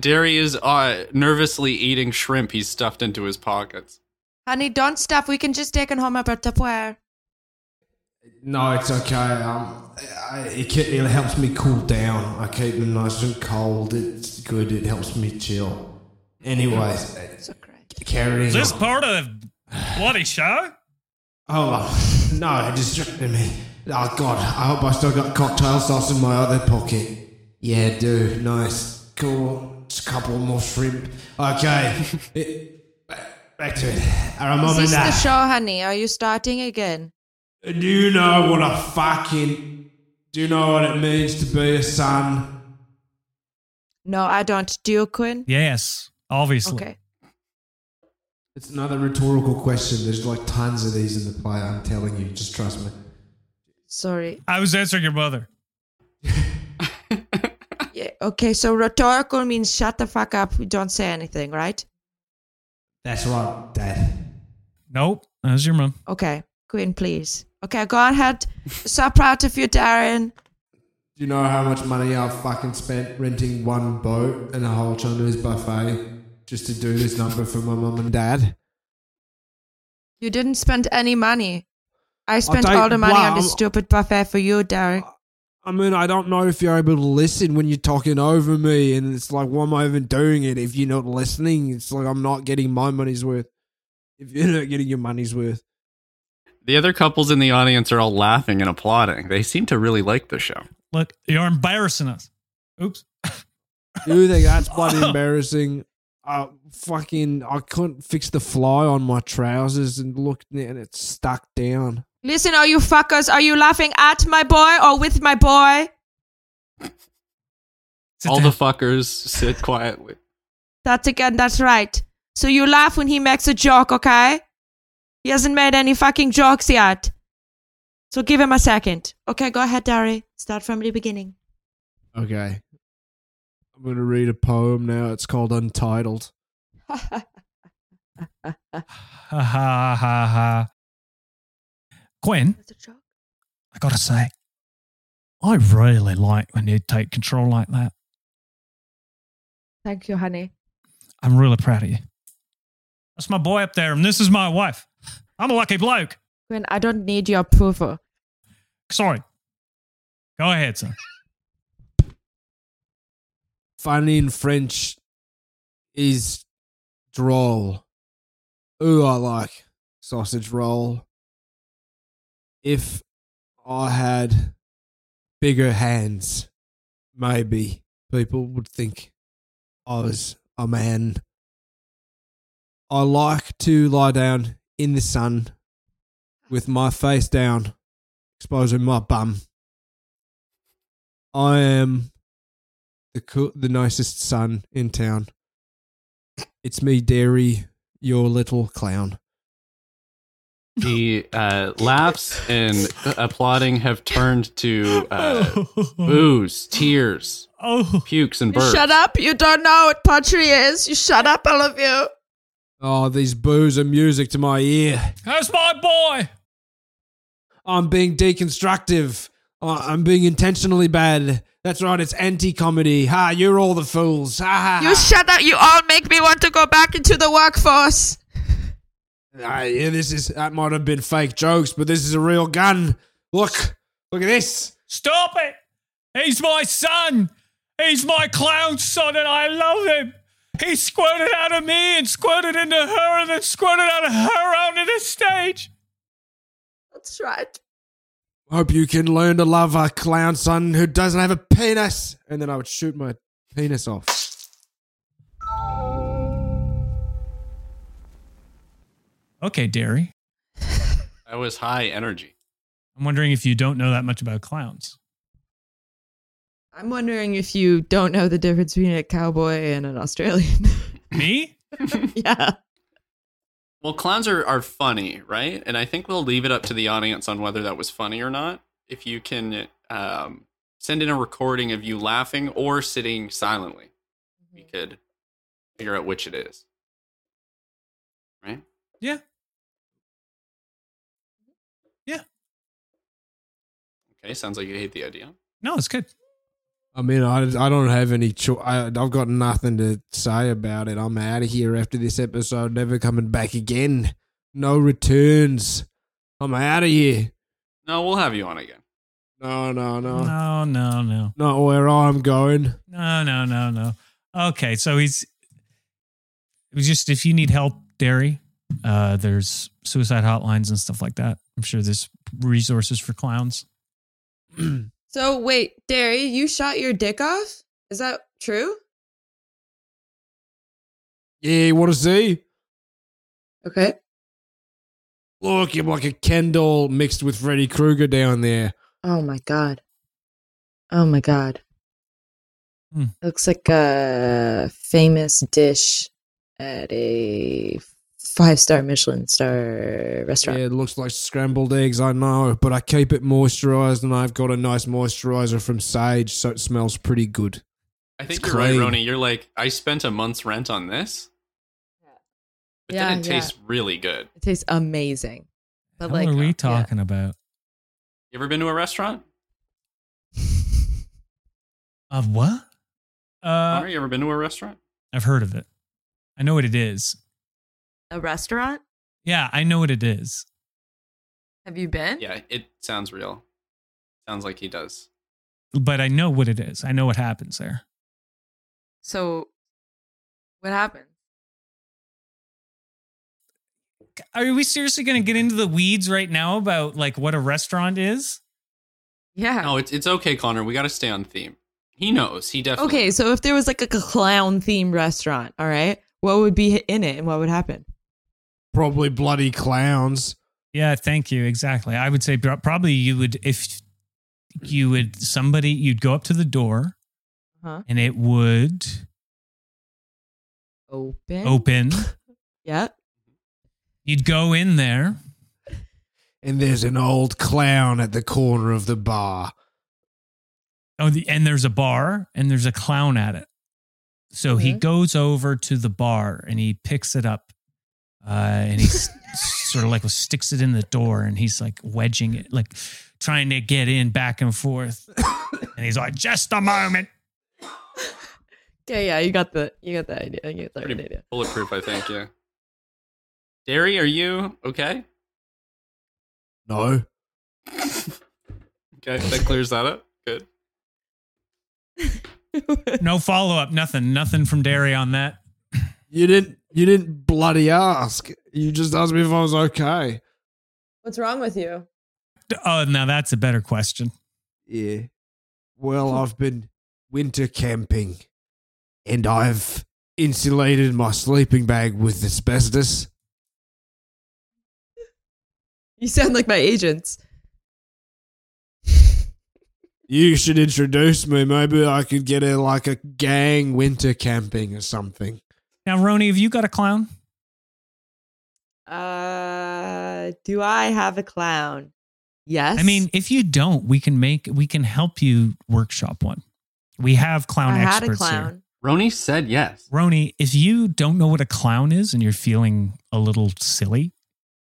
Speaker 2: Derry is uh, nervously eating shrimp he's stuffed into his pockets.
Speaker 6: Honey, don't stuff. We can just take it home about Tupperware.
Speaker 5: No, it's okay. Um, I, it, ke- it helps me cool down. I keep them nice and cold. It's good. It helps me chill. Anyways,
Speaker 6: So great.
Speaker 5: carrying.
Speaker 4: Is this
Speaker 5: on.
Speaker 4: part of the bloody show?
Speaker 5: Oh no, it distracted me. Oh god, I hope I still got cocktail sauce in my other pocket. Yeah, do nice, cool. Just a couple more shrimp.
Speaker 6: *laughs*
Speaker 5: Okay, It- back- back to it. All right,
Speaker 6: Is
Speaker 5: mum and
Speaker 6: this the
Speaker 5: dad.
Speaker 6: show, honey? Are you starting again?
Speaker 5: Do you know what a fucking? Do you know what it means to be a son?
Speaker 6: No, I don't. Do you, Quinn?
Speaker 4: Yes, obviously.
Speaker 6: Okay.
Speaker 5: It's another rhetorical question. There's like tons of these in the play. I'm telling you, just trust me.
Speaker 6: Sorry.
Speaker 4: I was answering your mother.
Speaker 6: Yeah. Okay, so rhetorical means shut the fuck up. We don't say anything, right?
Speaker 5: That's right, Dad.
Speaker 4: Nope. That was your mom.
Speaker 6: Okay. Quinn, please. Okay, go ahead. so proud of you, Darren.
Speaker 5: Do you know how much money I've fucking spent renting one boat and a whole Chinese buffet just to do this number for my mum and dad?
Speaker 6: You didn't spend any money. I spent
Speaker 5: don't-
Speaker 6: all the money on
Speaker 5: wow.
Speaker 6: this stupid buffet for you, Derek.
Speaker 5: I mean, I don't know if you're able to listen when you're talking over me, and it's like, why am I even doing it if you're not listening? It's like I'm not getting my money's worth. If you're not getting your money's worth,
Speaker 2: The other couples in the audience are all laughing and applauding. They seem to really like the show.
Speaker 4: Look, you're embarrassing us. Oops.
Speaker 5: you think that's bloody embarrassing? I fucking I couldn't fix the fly on my trousers and looked and it's stuck down.
Speaker 6: Listen, all you fuckers, are you laughing at my boy or with my boy?
Speaker 4: Sit
Speaker 2: all
Speaker 4: down.
Speaker 2: the fuckers sit quietly.
Speaker 6: That's again, that's right. So you laugh when he makes a joke, okay? He hasn't made any fucking jokes yet. So give him a second. Okay, go ahead, Dari. Start from the beginning.
Speaker 5: Okay. I'm going to read a poem now. It's called Untitled.
Speaker 4: Ha ha ha ha. Gwen,
Speaker 6: That's a joke.
Speaker 4: I gotta say, I really like when you take control like that.
Speaker 6: Thank you, honey.
Speaker 4: I'm really proud of you. That's my boy up there, and this is my wife. I'm a lucky bloke.
Speaker 6: Gwen, I don't need your approval.
Speaker 4: Sorry. Go ahead,
Speaker 6: *clears throat*
Speaker 4: son.
Speaker 5: Funny in French is droll. Ooh, I like sausage roll. If I had bigger hands, maybe people would think I was a man. I like to lie down in the sun with my face down, exposing my bum. I am the co- the nicest son in town. It's me, Dairy, your little clown.
Speaker 2: The uh, laughs and applauding have turned to uh,
Speaker 4: *laughs*
Speaker 2: boos, tears,
Speaker 4: oh.
Speaker 2: pukes, and
Speaker 10: You
Speaker 2: burps.
Speaker 10: shut up. You don't know what pottery is. You shut up, all of you.
Speaker 5: Oh, these boos are music to my ear.
Speaker 4: That's my boy.
Speaker 5: I'm being deconstructive. I- I'm being intentionally bad. That's right, it's anti comedy. Ha, you're all the fools. Ha ha.
Speaker 6: Ah.
Speaker 10: You shut up. You all make me want to go back into the workforce.
Speaker 5: Ah, yeah, this is that might have been fake jokes, but this is a real gun. Look, look at this.
Speaker 4: Stop it. He's my son. He's my clown son, and I love him. He squirted out of me and squirted into her and then squirted out of her onto the stage.
Speaker 10: That's right.
Speaker 5: Hope you can learn to love a clown son who doesn't have a penis. And then I would shoot my penis off.
Speaker 4: Okay, Derry.
Speaker 2: I was high energy.
Speaker 4: I'm wondering if you don't know that much about clowns.
Speaker 6: I'm wondering if you don't know the difference between a cowboy and an Australian. *laughs*
Speaker 4: Me?
Speaker 6: yeah.
Speaker 2: Well, clowns are, are funny, right? And I think we'll leave it up to the audience on whether that was funny or not. If you can um, send in a recording of you laughing or sitting silently,
Speaker 6: Mm-hmm.
Speaker 2: we could figure out which it is. Right?
Speaker 4: Yeah. Yeah.
Speaker 2: Okay, sounds like you hate the idea.
Speaker 4: No, it's good.
Speaker 5: I mean, I, I don't have any cho- I, I've got nothing to say about it. I'm out of here after this episode. Never coming back again. No returns. I'm out of here.
Speaker 2: No, we'll have you on again.
Speaker 5: No, no,
Speaker 6: Uh.
Speaker 5: no.
Speaker 4: No, no, no.
Speaker 5: Not where I'm going.
Speaker 4: No, no, no, no. Okay, so he's it was just if you need help, Derry, uh, there's suicide hotlines and stuff like that. I'm sure there's resources for clowns.
Speaker 6: So wait, Derry, you shot your dick off? Is that true?
Speaker 5: Yeah, you want to see?
Speaker 6: Okay.
Speaker 5: Look, you're like a Ken doll mixed with Freddy Krueger down there.
Speaker 6: Oh my god. Oh my god.
Speaker 4: Hmm.
Speaker 6: Looks like a famous dish at a five-star Michelin star restaurant.
Speaker 5: Yeah, it looks like scrambled eggs, I know, but I keep it moisturized and I've got a nice moisturizer from Sage, so it smells pretty good.
Speaker 2: I think
Speaker 5: It's
Speaker 2: you're right,
Speaker 5: clean.
Speaker 2: Roni. You're like, I spent a month's rent on this. But
Speaker 6: Yeah,
Speaker 2: then it
Speaker 6: yeah.
Speaker 2: tastes really good.
Speaker 6: It tastes amazing. But
Speaker 4: what
Speaker 6: like uh,
Speaker 4: are
Speaker 6: yeah.
Speaker 4: we talking about?
Speaker 2: You ever been to a restaurant?
Speaker 4: Of what? Uh,
Speaker 2: Connor, you ever been to a restaurant?
Speaker 4: I've heard of it. I know what it is.
Speaker 6: A restaurant?
Speaker 4: Yeah, I know what it is.
Speaker 6: Have you been?
Speaker 2: Yeah, it sounds real. Sounds like he does.
Speaker 4: But I know what it is. I know what happens there.
Speaker 6: So what happened?
Speaker 4: Are we seriously going to get into the weeds right now about like what a restaurant is?
Speaker 6: Yeah.
Speaker 2: No, it's it's okay, Connor. We got to stay on theme. He knows. He definitely.
Speaker 6: Okay, so if there was like a clown themed restaurant, all right, what would be in it and what would happen?
Speaker 5: Probably bloody clowns.
Speaker 4: Yeah, thank you. Exactly. I would say pro- probably you would if you would somebody you'd go up to the door
Speaker 6: Uh-huh.
Speaker 4: and it would
Speaker 6: Open.
Speaker 4: open.
Speaker 6: Yeah.
Speaker 4: You'd go in there.
Speaker 5: And there's an old clown at the corner of the bar.
Speaker 4: Oh, the, and there's a bar and there's a clown at it.
Speaker 1: So he goes over to the bar and he picks it up, uh, and he s- sort of like sticks it in the door, and he's like wedging it, like trying to get in back and forth. and he's like, "Just a moment."
Speaker 6: Okay, yeah, you got the you got the idea. You got the right
Speaker 2: Pretty
Speaker 6: idea.
Speaker 2: bulletproof, I think. Yeah. Derry, are you okay?
Speaker 5: No.
Speaker 2: Okay, that clears that up. Good.
Speaker 6: *laughs*
Speaker 1: No follow up, nothing, nothing from Derry on that.
Speaker 5: You didn't you didn't bloody ask. You just asked me if I was okay.
Speaker 6: What's wrong with you?
Speaker 1: Oh, now that's a better question.
Speaker 5: Yeah. Well, I've been winter camping and I've insulated my sleeping bag with asbestos.
Speaker 6: You sound like my agents.
Speaker 5: You should introduce me. Maybe I could get in like a gang winter camping or something.
Speaker 1: Now, Roni, have you got a clown?
Speaker 6: Uh, do I have a clown? Yes.
Speaker 1: I mean, if you don't, we can make we can help you workshop one. We have clown
Speaker 6: I had a
Speaker 1: experts here.
Speaker 6: clown.
Speaker 2: Roni said yes.
Speaker 1: Roni, if you don't know what a clown is and you're feeling a little silly,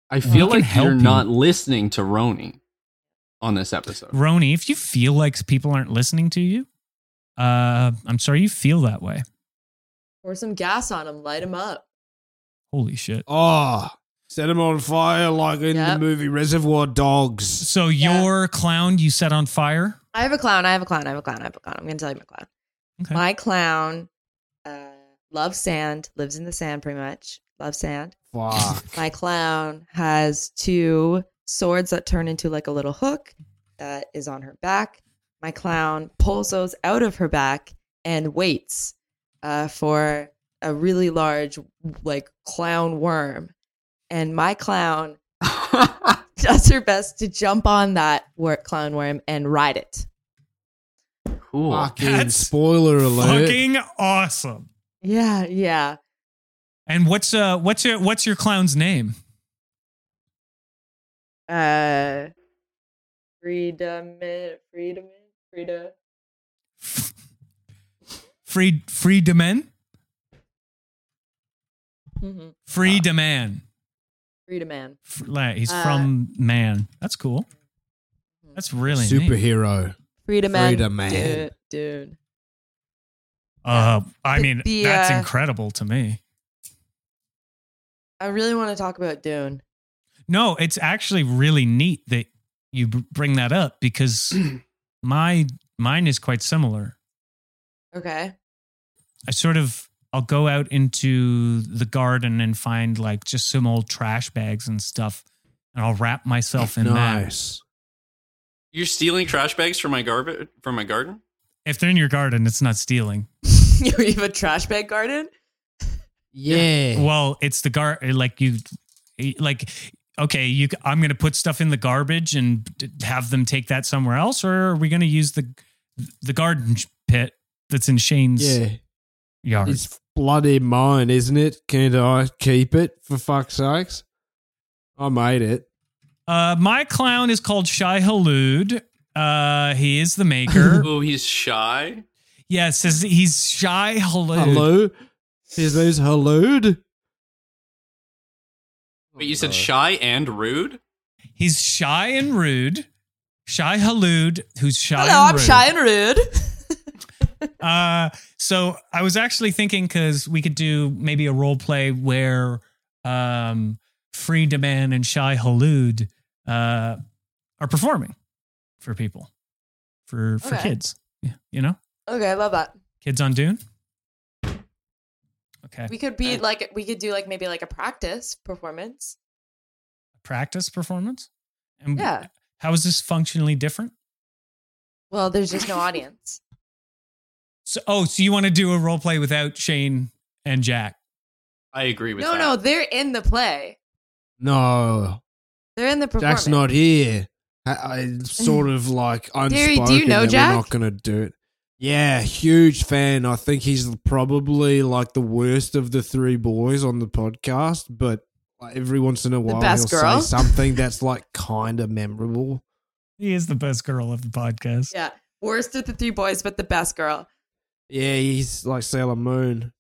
Speaker 2: I feel
Speaker 1: We can
Speaker 2: like you're
Speaker 1: help you.
Speaker 2: not listening to Roni on this episode.
Speaker 1: Roni, if you feel like people aren't listening to you, uh, I'm sorry you feel that way.
Speaker 6: Pour some gas on him. Light him up.
Speaker 1: Holy shit!
Speaker 5: Oh, set them on fire like in the
Speaker 6: Yep.
Speaker 5: movie Reservoir Dogs.
Speaker 1: So
Speaker 6: Yeah.
Speaker 1: your clown you set on fire.
Speaker 6: I have a clown. I have a clown. I have a clown. I have a clown. I'm gonna tell you my clown.
Speaker 1: Okay.
Speaker 6: My clown uh, loves sand. Lives in the sand, pretty much. Loves sand.
Speaker 5: Fuck.
Speaker 6: My clown has two swords that turn into like a little hook that is on her back. My clown pulls those out of her back and waits uh, for a really large, like, clown worm. And my *laughs* clown does her best to jump on that wor- clown worm and ride it.
Speaker 2: Cool.
Speaker 5: Fucking
Speaker 1: That's
Speaker 5: spoiler alert.
Speaker 1: Fucking awesome.
Speaker 6: Yeah, yeah.
Speaker 1: And what's uh what's your what's your clown's name?
Speaker 6: Uh, freedom, eh, freedom, freedom.
Speaker 1: Free Free Demen?
Speaker 6: Mm-hmm.
Speaker 1: Free Deman.
Speaker 6: Freedom man.
Speaker 1: F- like, He's
Speaker 6: Uh,
Speaker 1: from Man. That's cool. That's really neat.
Speaker 5: Superhero.
Speaker 6: Freedom man.
Speaker 5: Freedom man.
Speaker 6: Dude. dude.
Speaker 1: Uh, I
Speaker 6: The-
Speaker 1: mean,
Speaker 6: the,
Speaker 1: that's
Speaker 6: uh,
Speaker 1: incredible to me.
Speaker 6: I really want to talk about Dune.
Speaker 1: No, it's actually really neat that you b- bring that up
Speaker 6: *clears throat*
Speaker 1: because my mine is quite similar.
Speaker 6: Okay.
Speaker 1: I sort of I'll go out into the garden and find like just some old trash bags and stuff, and I'll wrap myself in that.
Speaker 5: Nice.
Speaker 2: You're stealing trash bags from my garbage from my garden?
Speaker 1: If they're in your garden, it's not stealing.
Speaker 6: *laughs* you have a trash bag garden?
Speaker 5: Yeah.
Speaker 1: Well, it's the gar like you like okay, you I'm going to put stuff in the garbage and d- have them take that somewhere else or are we going to use the the garden pit that's in Shane's
Speaker 5: Yeah.
Speaker 1: yard?
Speaker 5: It's bloody mine, isn't it? Can't I keep it for fuck's sakes? I made it.
Speaker 1: Uh my clown is called Shai Halud. Uh he is the
Speaker 5: *laughs*
Speaker 1: maker.
Speaker 2: Oh, he's shy.
Speaker 1: yes, his, he's Shai Halud.
Speaker 5: Hello? His name's Halud?
Speaker 2: Wait, you said shy and rude?
Speaker 1: He's shy and rude. Shai Halud, who's shy
Speaker 6: Hello,
Speaker 1: and
Speaker 6: I'm
Speaker 1: rude.
Speaker 6: shy and rude. *laughs*
Speaker 1: Uh, so I was actually thinking because we could do maybe a role play where um, Free Demand and Shai Halud uh, are performing for people, for for
Speaker 6: Okay.
Speaker 1: kids. Yeah, you know,
Speaker 6: okay, I love that.
Speaker 1: kids on Dune. Okay,
Speaker 6: We could be like, we could do like maybe like a practice performance.
Speaker 1: practice performance. And
Speaker 6: Yeah.
Speaker 1: how is this functionally different?
Speaker 6: Well, there's just no
Speaker 1: *laughs*
Speaker 6: audience.
Speaker 1: So, oh, so you want to do a role play without Shane and Jack?
Speaker 2: I agree with
Speaker 6: no,
Speaker 2: that.
Speaker 6: no, they're in the play.
Speaker 5: No.
Speaker 6: They're in the performance.
Speaker 5: Jack's not here. I, I sort of like
Speaker 6: Derry,
Speaker 5: unspoken
Speaker 6: do you know
Speaker 5: that
Speaker 6: Jack?
Speaker 5: we're not going to do it. Yeah, huge fan. I think he's probably like the worst of the three boys on the podcast, but like, every once in a while he'll
Speaker 6: best girl?
Speaker 5: say something that's like kind of memorable.
Speaker 1: He is the best girl of the podcast.
Speaker 6: Yeah. Worst of the three boys, but the best girl.
Speaker 5: Yeah, he's like Sailor Moon.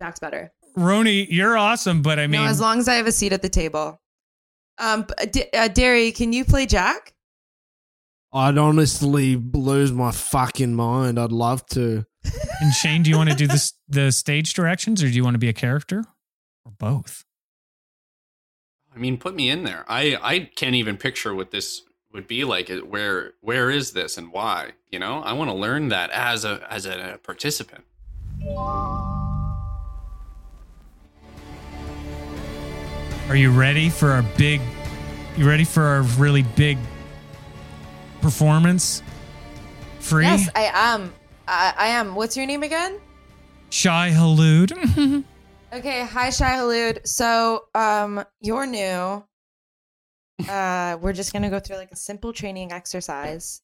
Speaker 6: Jack's better.
Speaker 1: Roni, you're awesome, but I mean,
Speaker 6: no, as long as I have a seat at the table. Um, but, uh, D- uh, Derry, can you play Jack?
Speaker 5: I'd honestly lose my fucking mind. I'd love to.
Speaker 1: and Shane, do you want to do this the stage directions, or do you want to be a character, or both?
Speaker 2: I mean, put me in there. I I can't even picture what this would be like. It- Where where is this and why? You know, I want to learn that as a as a participant.
Speaker 1: Are you ready for our big? You ready for our really big performance? Free
Speaker 6: Yes, I am. I, I am. What's your name again?
Speaker 1: shy Mm, halud.
Speaker 6: Okay, hi Shai Halud. So, um, you're new. Uh, we're just gonna go through like a simple training exercise.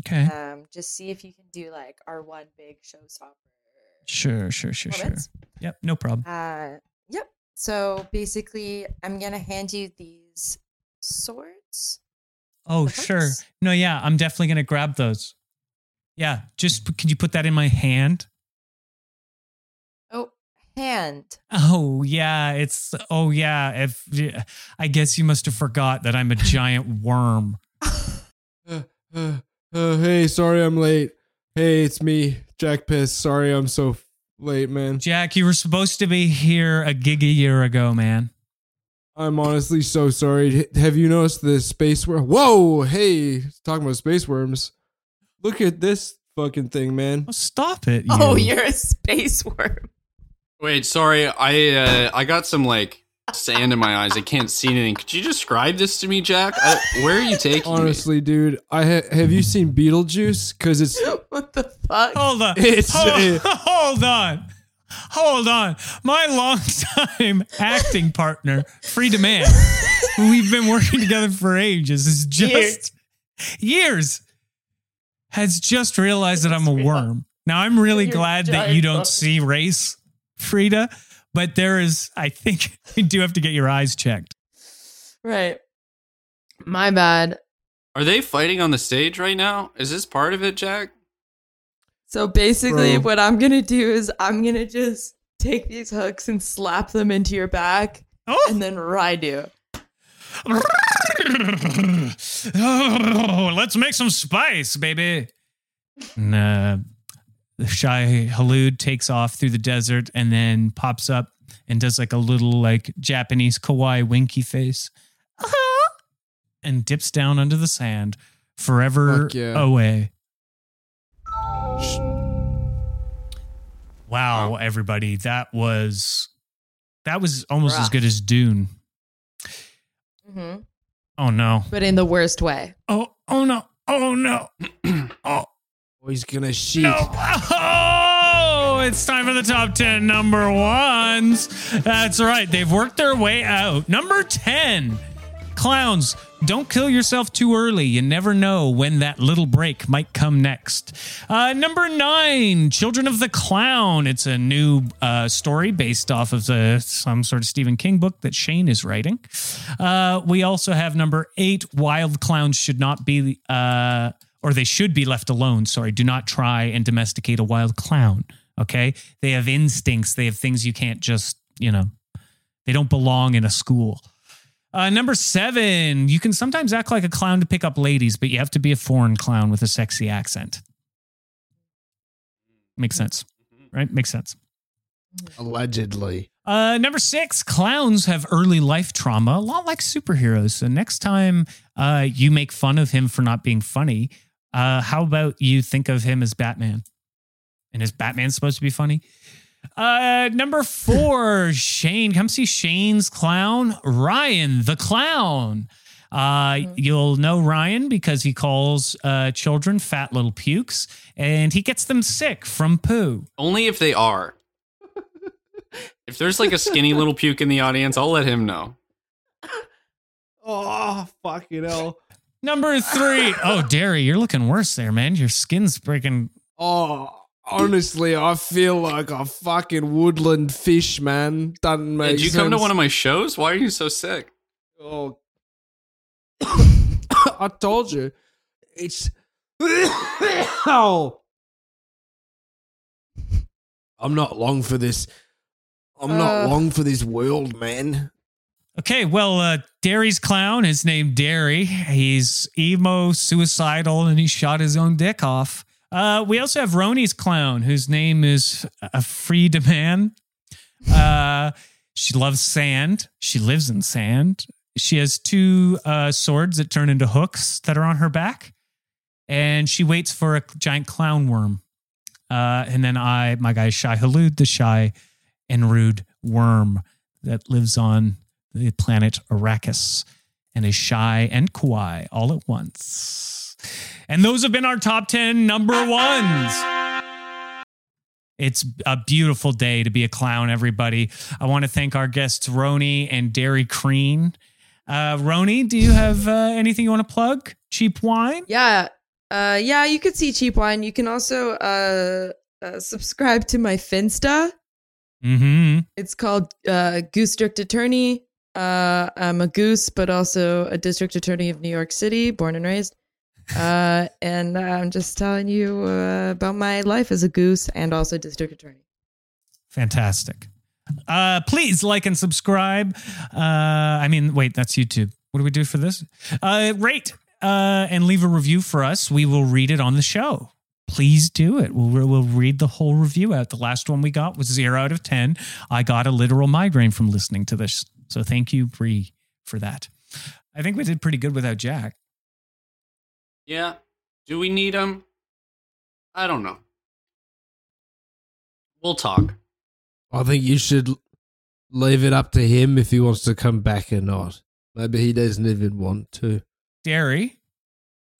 Speaker 1: okay,
Speaker 6: Um, just see if you can do like our one big showstopper.
Speaker 1: sure, sure, sure, sure.
Speaker 6: performance.
Speaker 1: Yep, no problem.
Speaker 6: Uh, yep. So basically, I'm gonna hand you these swords.
Speaker 1: Oh,
Speaker 6: the
Speaker 1: sure.
Speaker 6: hooks.
Speaker 1: No, yeah, I'm definitely gonna grab those. Yeah, just p- could you put that in my hand?
Speaker 6: Oh, hand. *laughs*
Speaker 1: Oh yeah, it's oh yeah. If yeah, I guess you must have forgot that
Speaker 6: *laughs*
Speaker 1: I'm a giant worm.
Speaker 5: Uh, uh, uh, hey, sorry I'm late. Hey, it's me, Jack Piss. Sorry I'm so f- late, man.
Speaker 1: Jack, you were supposed to be here a gig a year ago, man.
Speaker 5: I'm honestly so sorry. H- Have you noticed the space worm? Whoa, hey, talking about space worms. Look at this fucking thing, man.
Speaker 1: Oh, stop it! You.
Speaker 6: Oh, you're a space worm. *laughs*
Speaker 2: Wait, sorry. I uh, I got some like sand in my eyes. I can't see anything. Could you describe this to me, Jack? I, where are you taking me?
Speaker 5: Honestly, dude, I ha- have you seen Beetlejuice? Cause *gasps* it's
Speaker 6: what the fuck?
Speaker 1: Hold on.
Speaker 5: It's
Speaker 1: hold,
Speaker 5: a-
Speaker 1: *laughs* hold on. Hold on. My longtime *laughs* acting partner, Frida Man, who we've been working together for ages, is just years, has just realized that I'm a worm. Now, I'm really
Speaker 6: You're
Speaker 1: glad that
Speaker 6: giant
Speaker 1: you don't
Speaker 6: worm.
Speaker 1: see race, Frida, but there is, I think, *laughs* you do have to get your eyes checked.
Speaker 6: Right. My bad.
Speaker 2: Are they fighting on the stage right now? Is this part of it, Jack?
Speaker 6: So basically,
Speaker 5: Bro.
Speaker 6: what I'm gonna do is I'm gonna just take these hooks and slap them into your back,
Speaker 1: Oh!
Speaker 6: and then ride you.
Speaker 1: oh, let's make some spice, baby. And, uh, Shy Halud takes off through the desert and then pops up and does like a little like Japanese kawaii winky face and dips down under the sand forever
Speaker 5: Fuck yeah.
Speaker 1: away. Wow, everybody, that was that was almost as
Speaker 6: Rough.
Speaker 1: good as Dune.
Speaker 6: Mm-hmm.
Speaker 1: Oh no.
Speaker 6: But in the worst way.
Speaker 1: Oh, oh no. Oh no. *clears throat* oh,
Speaker 5: oh, he's gonna shit.
Speaker 1: no. Oh, it's time for the top 10 number ones. That's right. They've worked their way out. Number 10 Clowns, don't kill yourself too early. You never know when that little break might come next. Uh, number nine, Children of the Clown. It's a new uh, story based off of the, some sort of Stephen King book that Shane is writing. Uh, we also have number eight, Wild Clowns Should Not Be. Uh, or they should be left alone. Sorry, do not try and domesticate a wild clown. Okay. They have instincts, they have things you can't just, you know, they don't belong in a school. Uh, number seven, you can sometimes act like a clown to pick up ladies, but you have to be a foreign clown with a sexy accent. Makes sense, right? Makes sense.
Speaker 5: Allegedly.
Speaker 1: Uh, number six, clowns have early life trauma, a lot like superheroes. So next time uh, you make fun of him for not being funny, uh, how about you think of him as Batman? And is Batman supposed to be funny? Uh, number four, Shane. Come see Shane's clown, Ryan the clown. Uh, you'll know Ryan because he calls uh, children fat little pukes, and he gets them sick from poo.
Speaker 2: Only if they are. if there's like a skinny little puke in the audience, I'll let him know.
Speaker 5: Oh, fucking hell.
Speaker 1: Number three. Oh, Derry, you're looking worse there, man. Your skin's freaking.
Speaker 5: Oh, honestly, I feel like a fucking woodland fish, man. Doesn't make
Speaker 2: Did you come to
Speaker 5: sense.
Speaker 2: one of my shows? Why are you so sick?
Speaker 5: *coughs* Oh. *coughs* I told you. It's. Ow. I'm not long for this. I'm not
Speaker 4: Uh.
Speaker 5: long for this world, man.
Speaker 4: Okay, well, uh, Derry's clown is named Derry. He's emo, suicidal, and he shot his own dick off. Uh, we also have Roni's clown, whose name is a free man. Uh, she loves sand. She lives in sand. She has two uh, swords that turn into hooks that are on her back, and she waits for a giant clown worm. Uh, and then I, my guy Shy Halud, the shy and rude worm that lives on the planet Arrakis and is shy and kawaii all at once. And those have been our top 10 number ones. It's a beautiful day to be a clown, everybody. I want to thank our guests, Roni and Derry Crean. Uh, Roni, do you have uh, anything you want to plug? Cheap wine?
Speaker 6: Yeah. Uh, yeah, you could see cheap wine. You can also uh, uh, subscribe to my Finsta.
Speaker 4: Mm
Speaker 6: It's called uh, Goose District Attorney. Uh, I'm a goose, but also a district attorney of New York City, born and raised. Uh, and I'm just telling you uh, about my life as a goose and also district attorney.
Speaker 4: Fantastic. Uh, please like and subscribe. Uh, I mean, wait, that's YouTube. What do we do for this? Uh, rate uh, and leave a review for us. We will read it on the show. Please do it. We'll, we'll read the whole review out. The last one we got was zero out of 10. I got a literal migraine from listening to this. So thank you, Bree, for that. I think we did pretty good without Jack.
Speaker 2: Yeah. Do we need him? I don't know. We'll talk.
Speaker 5: I think you should leave it up to him if he wants to come back or not. Maybe he doesn't even want to.
Speaker 4: Derry,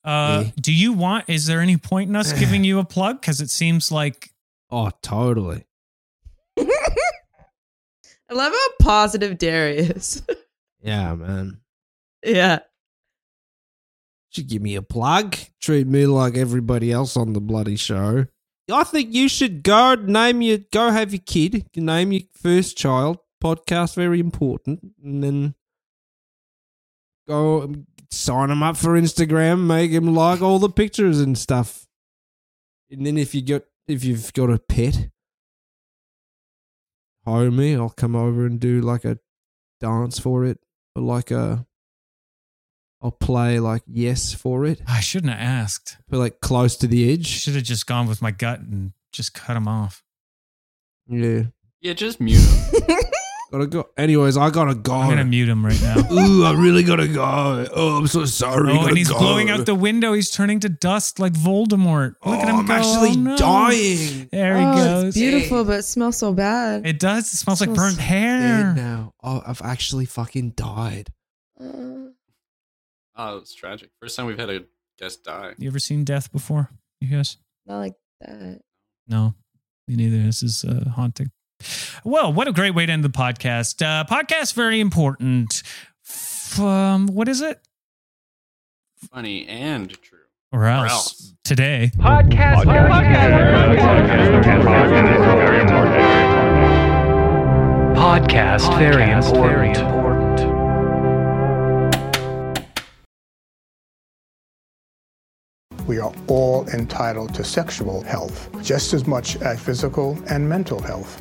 Speaker 4: uh,
Speaker 5: Hey.
Speaker 4: do you want, is there any point in us giving you a plug? Because it seems like
Speaker 5: Oh, totally.
Speaker 6: *laughs* I love how positive Darius. *laughs*
Speaker 5: Yeah, man.
Speaker 6: yeah.
Speaker 5: Should give me a plug. Treat me like everybody else on the bloody show. I think you should go name your go have your kid. Name your first child. Podcast very important, and then go um, sign him up for Instagram. Make him like all the pictures and stuff. And then if you got if you've got a pet, homie, I'll come over and do like a dance for it, or like a I'll play like yes for it,
Speaker 4: I shouldn't have asked.
Speaker 5: but like close to the edge.
Speaker 4: Should have just gone with my gut and just cut him off.
Speaker 5: Yeah.
Speaker 2: Yeah, just mute him.
Speaker 5: Gotta go. Anyways, I gotta
Speaker 4: I'm gonna
Speaker 5: go.
Speaker 4: mute him right now.
Speaker 5: Ooh, I really gotta go. Oh, I'm so sorry.
Speaker 4: oh,
Speaker 5: gotta
Speaker 4: and he's
Speaker 5: go.
Speaker 4: blowing out the window. He's turning to dust like Voldemort. Look at
Speaker 5: Oh,
Speaker 4: him
Speaker 5: I'm
Speaker 4: go.
Speaker 5: actually
Speaker 4: Oh, no.
Speaker 5: dying.
Speaker 4: There he
Speaker 6: Oh,
Speaker 4: goes.
Speaker 6: It's beautiful, but it smells so bad.
Speaker 4: It does. It smells like
Speaker 6: Smells
Speaker 4: burnt hair.
Speaker 5: Dead now. Oh, I've actually fucking died.
Speaker 6: Uh,
Speaker 2: Oh, it's tragic. First time we've had a guest die.
Speaker 4: You ever seen death before? You guys?
Speaker 6: not like that.
Speaker 4: No, me neither. This is uh, haunting. Well, what a great way to end the podcast. Uh, podcast very important. F- um, what is it?
Speaker 2: Funny and true.
Speaker 4: Or else,
Speaker 2: else.
Speaker 4: today.
Speaker 7: Podcast, podcast, very important.
Speaker 11: We are all entitled to sexual health just as much as physical and mental health.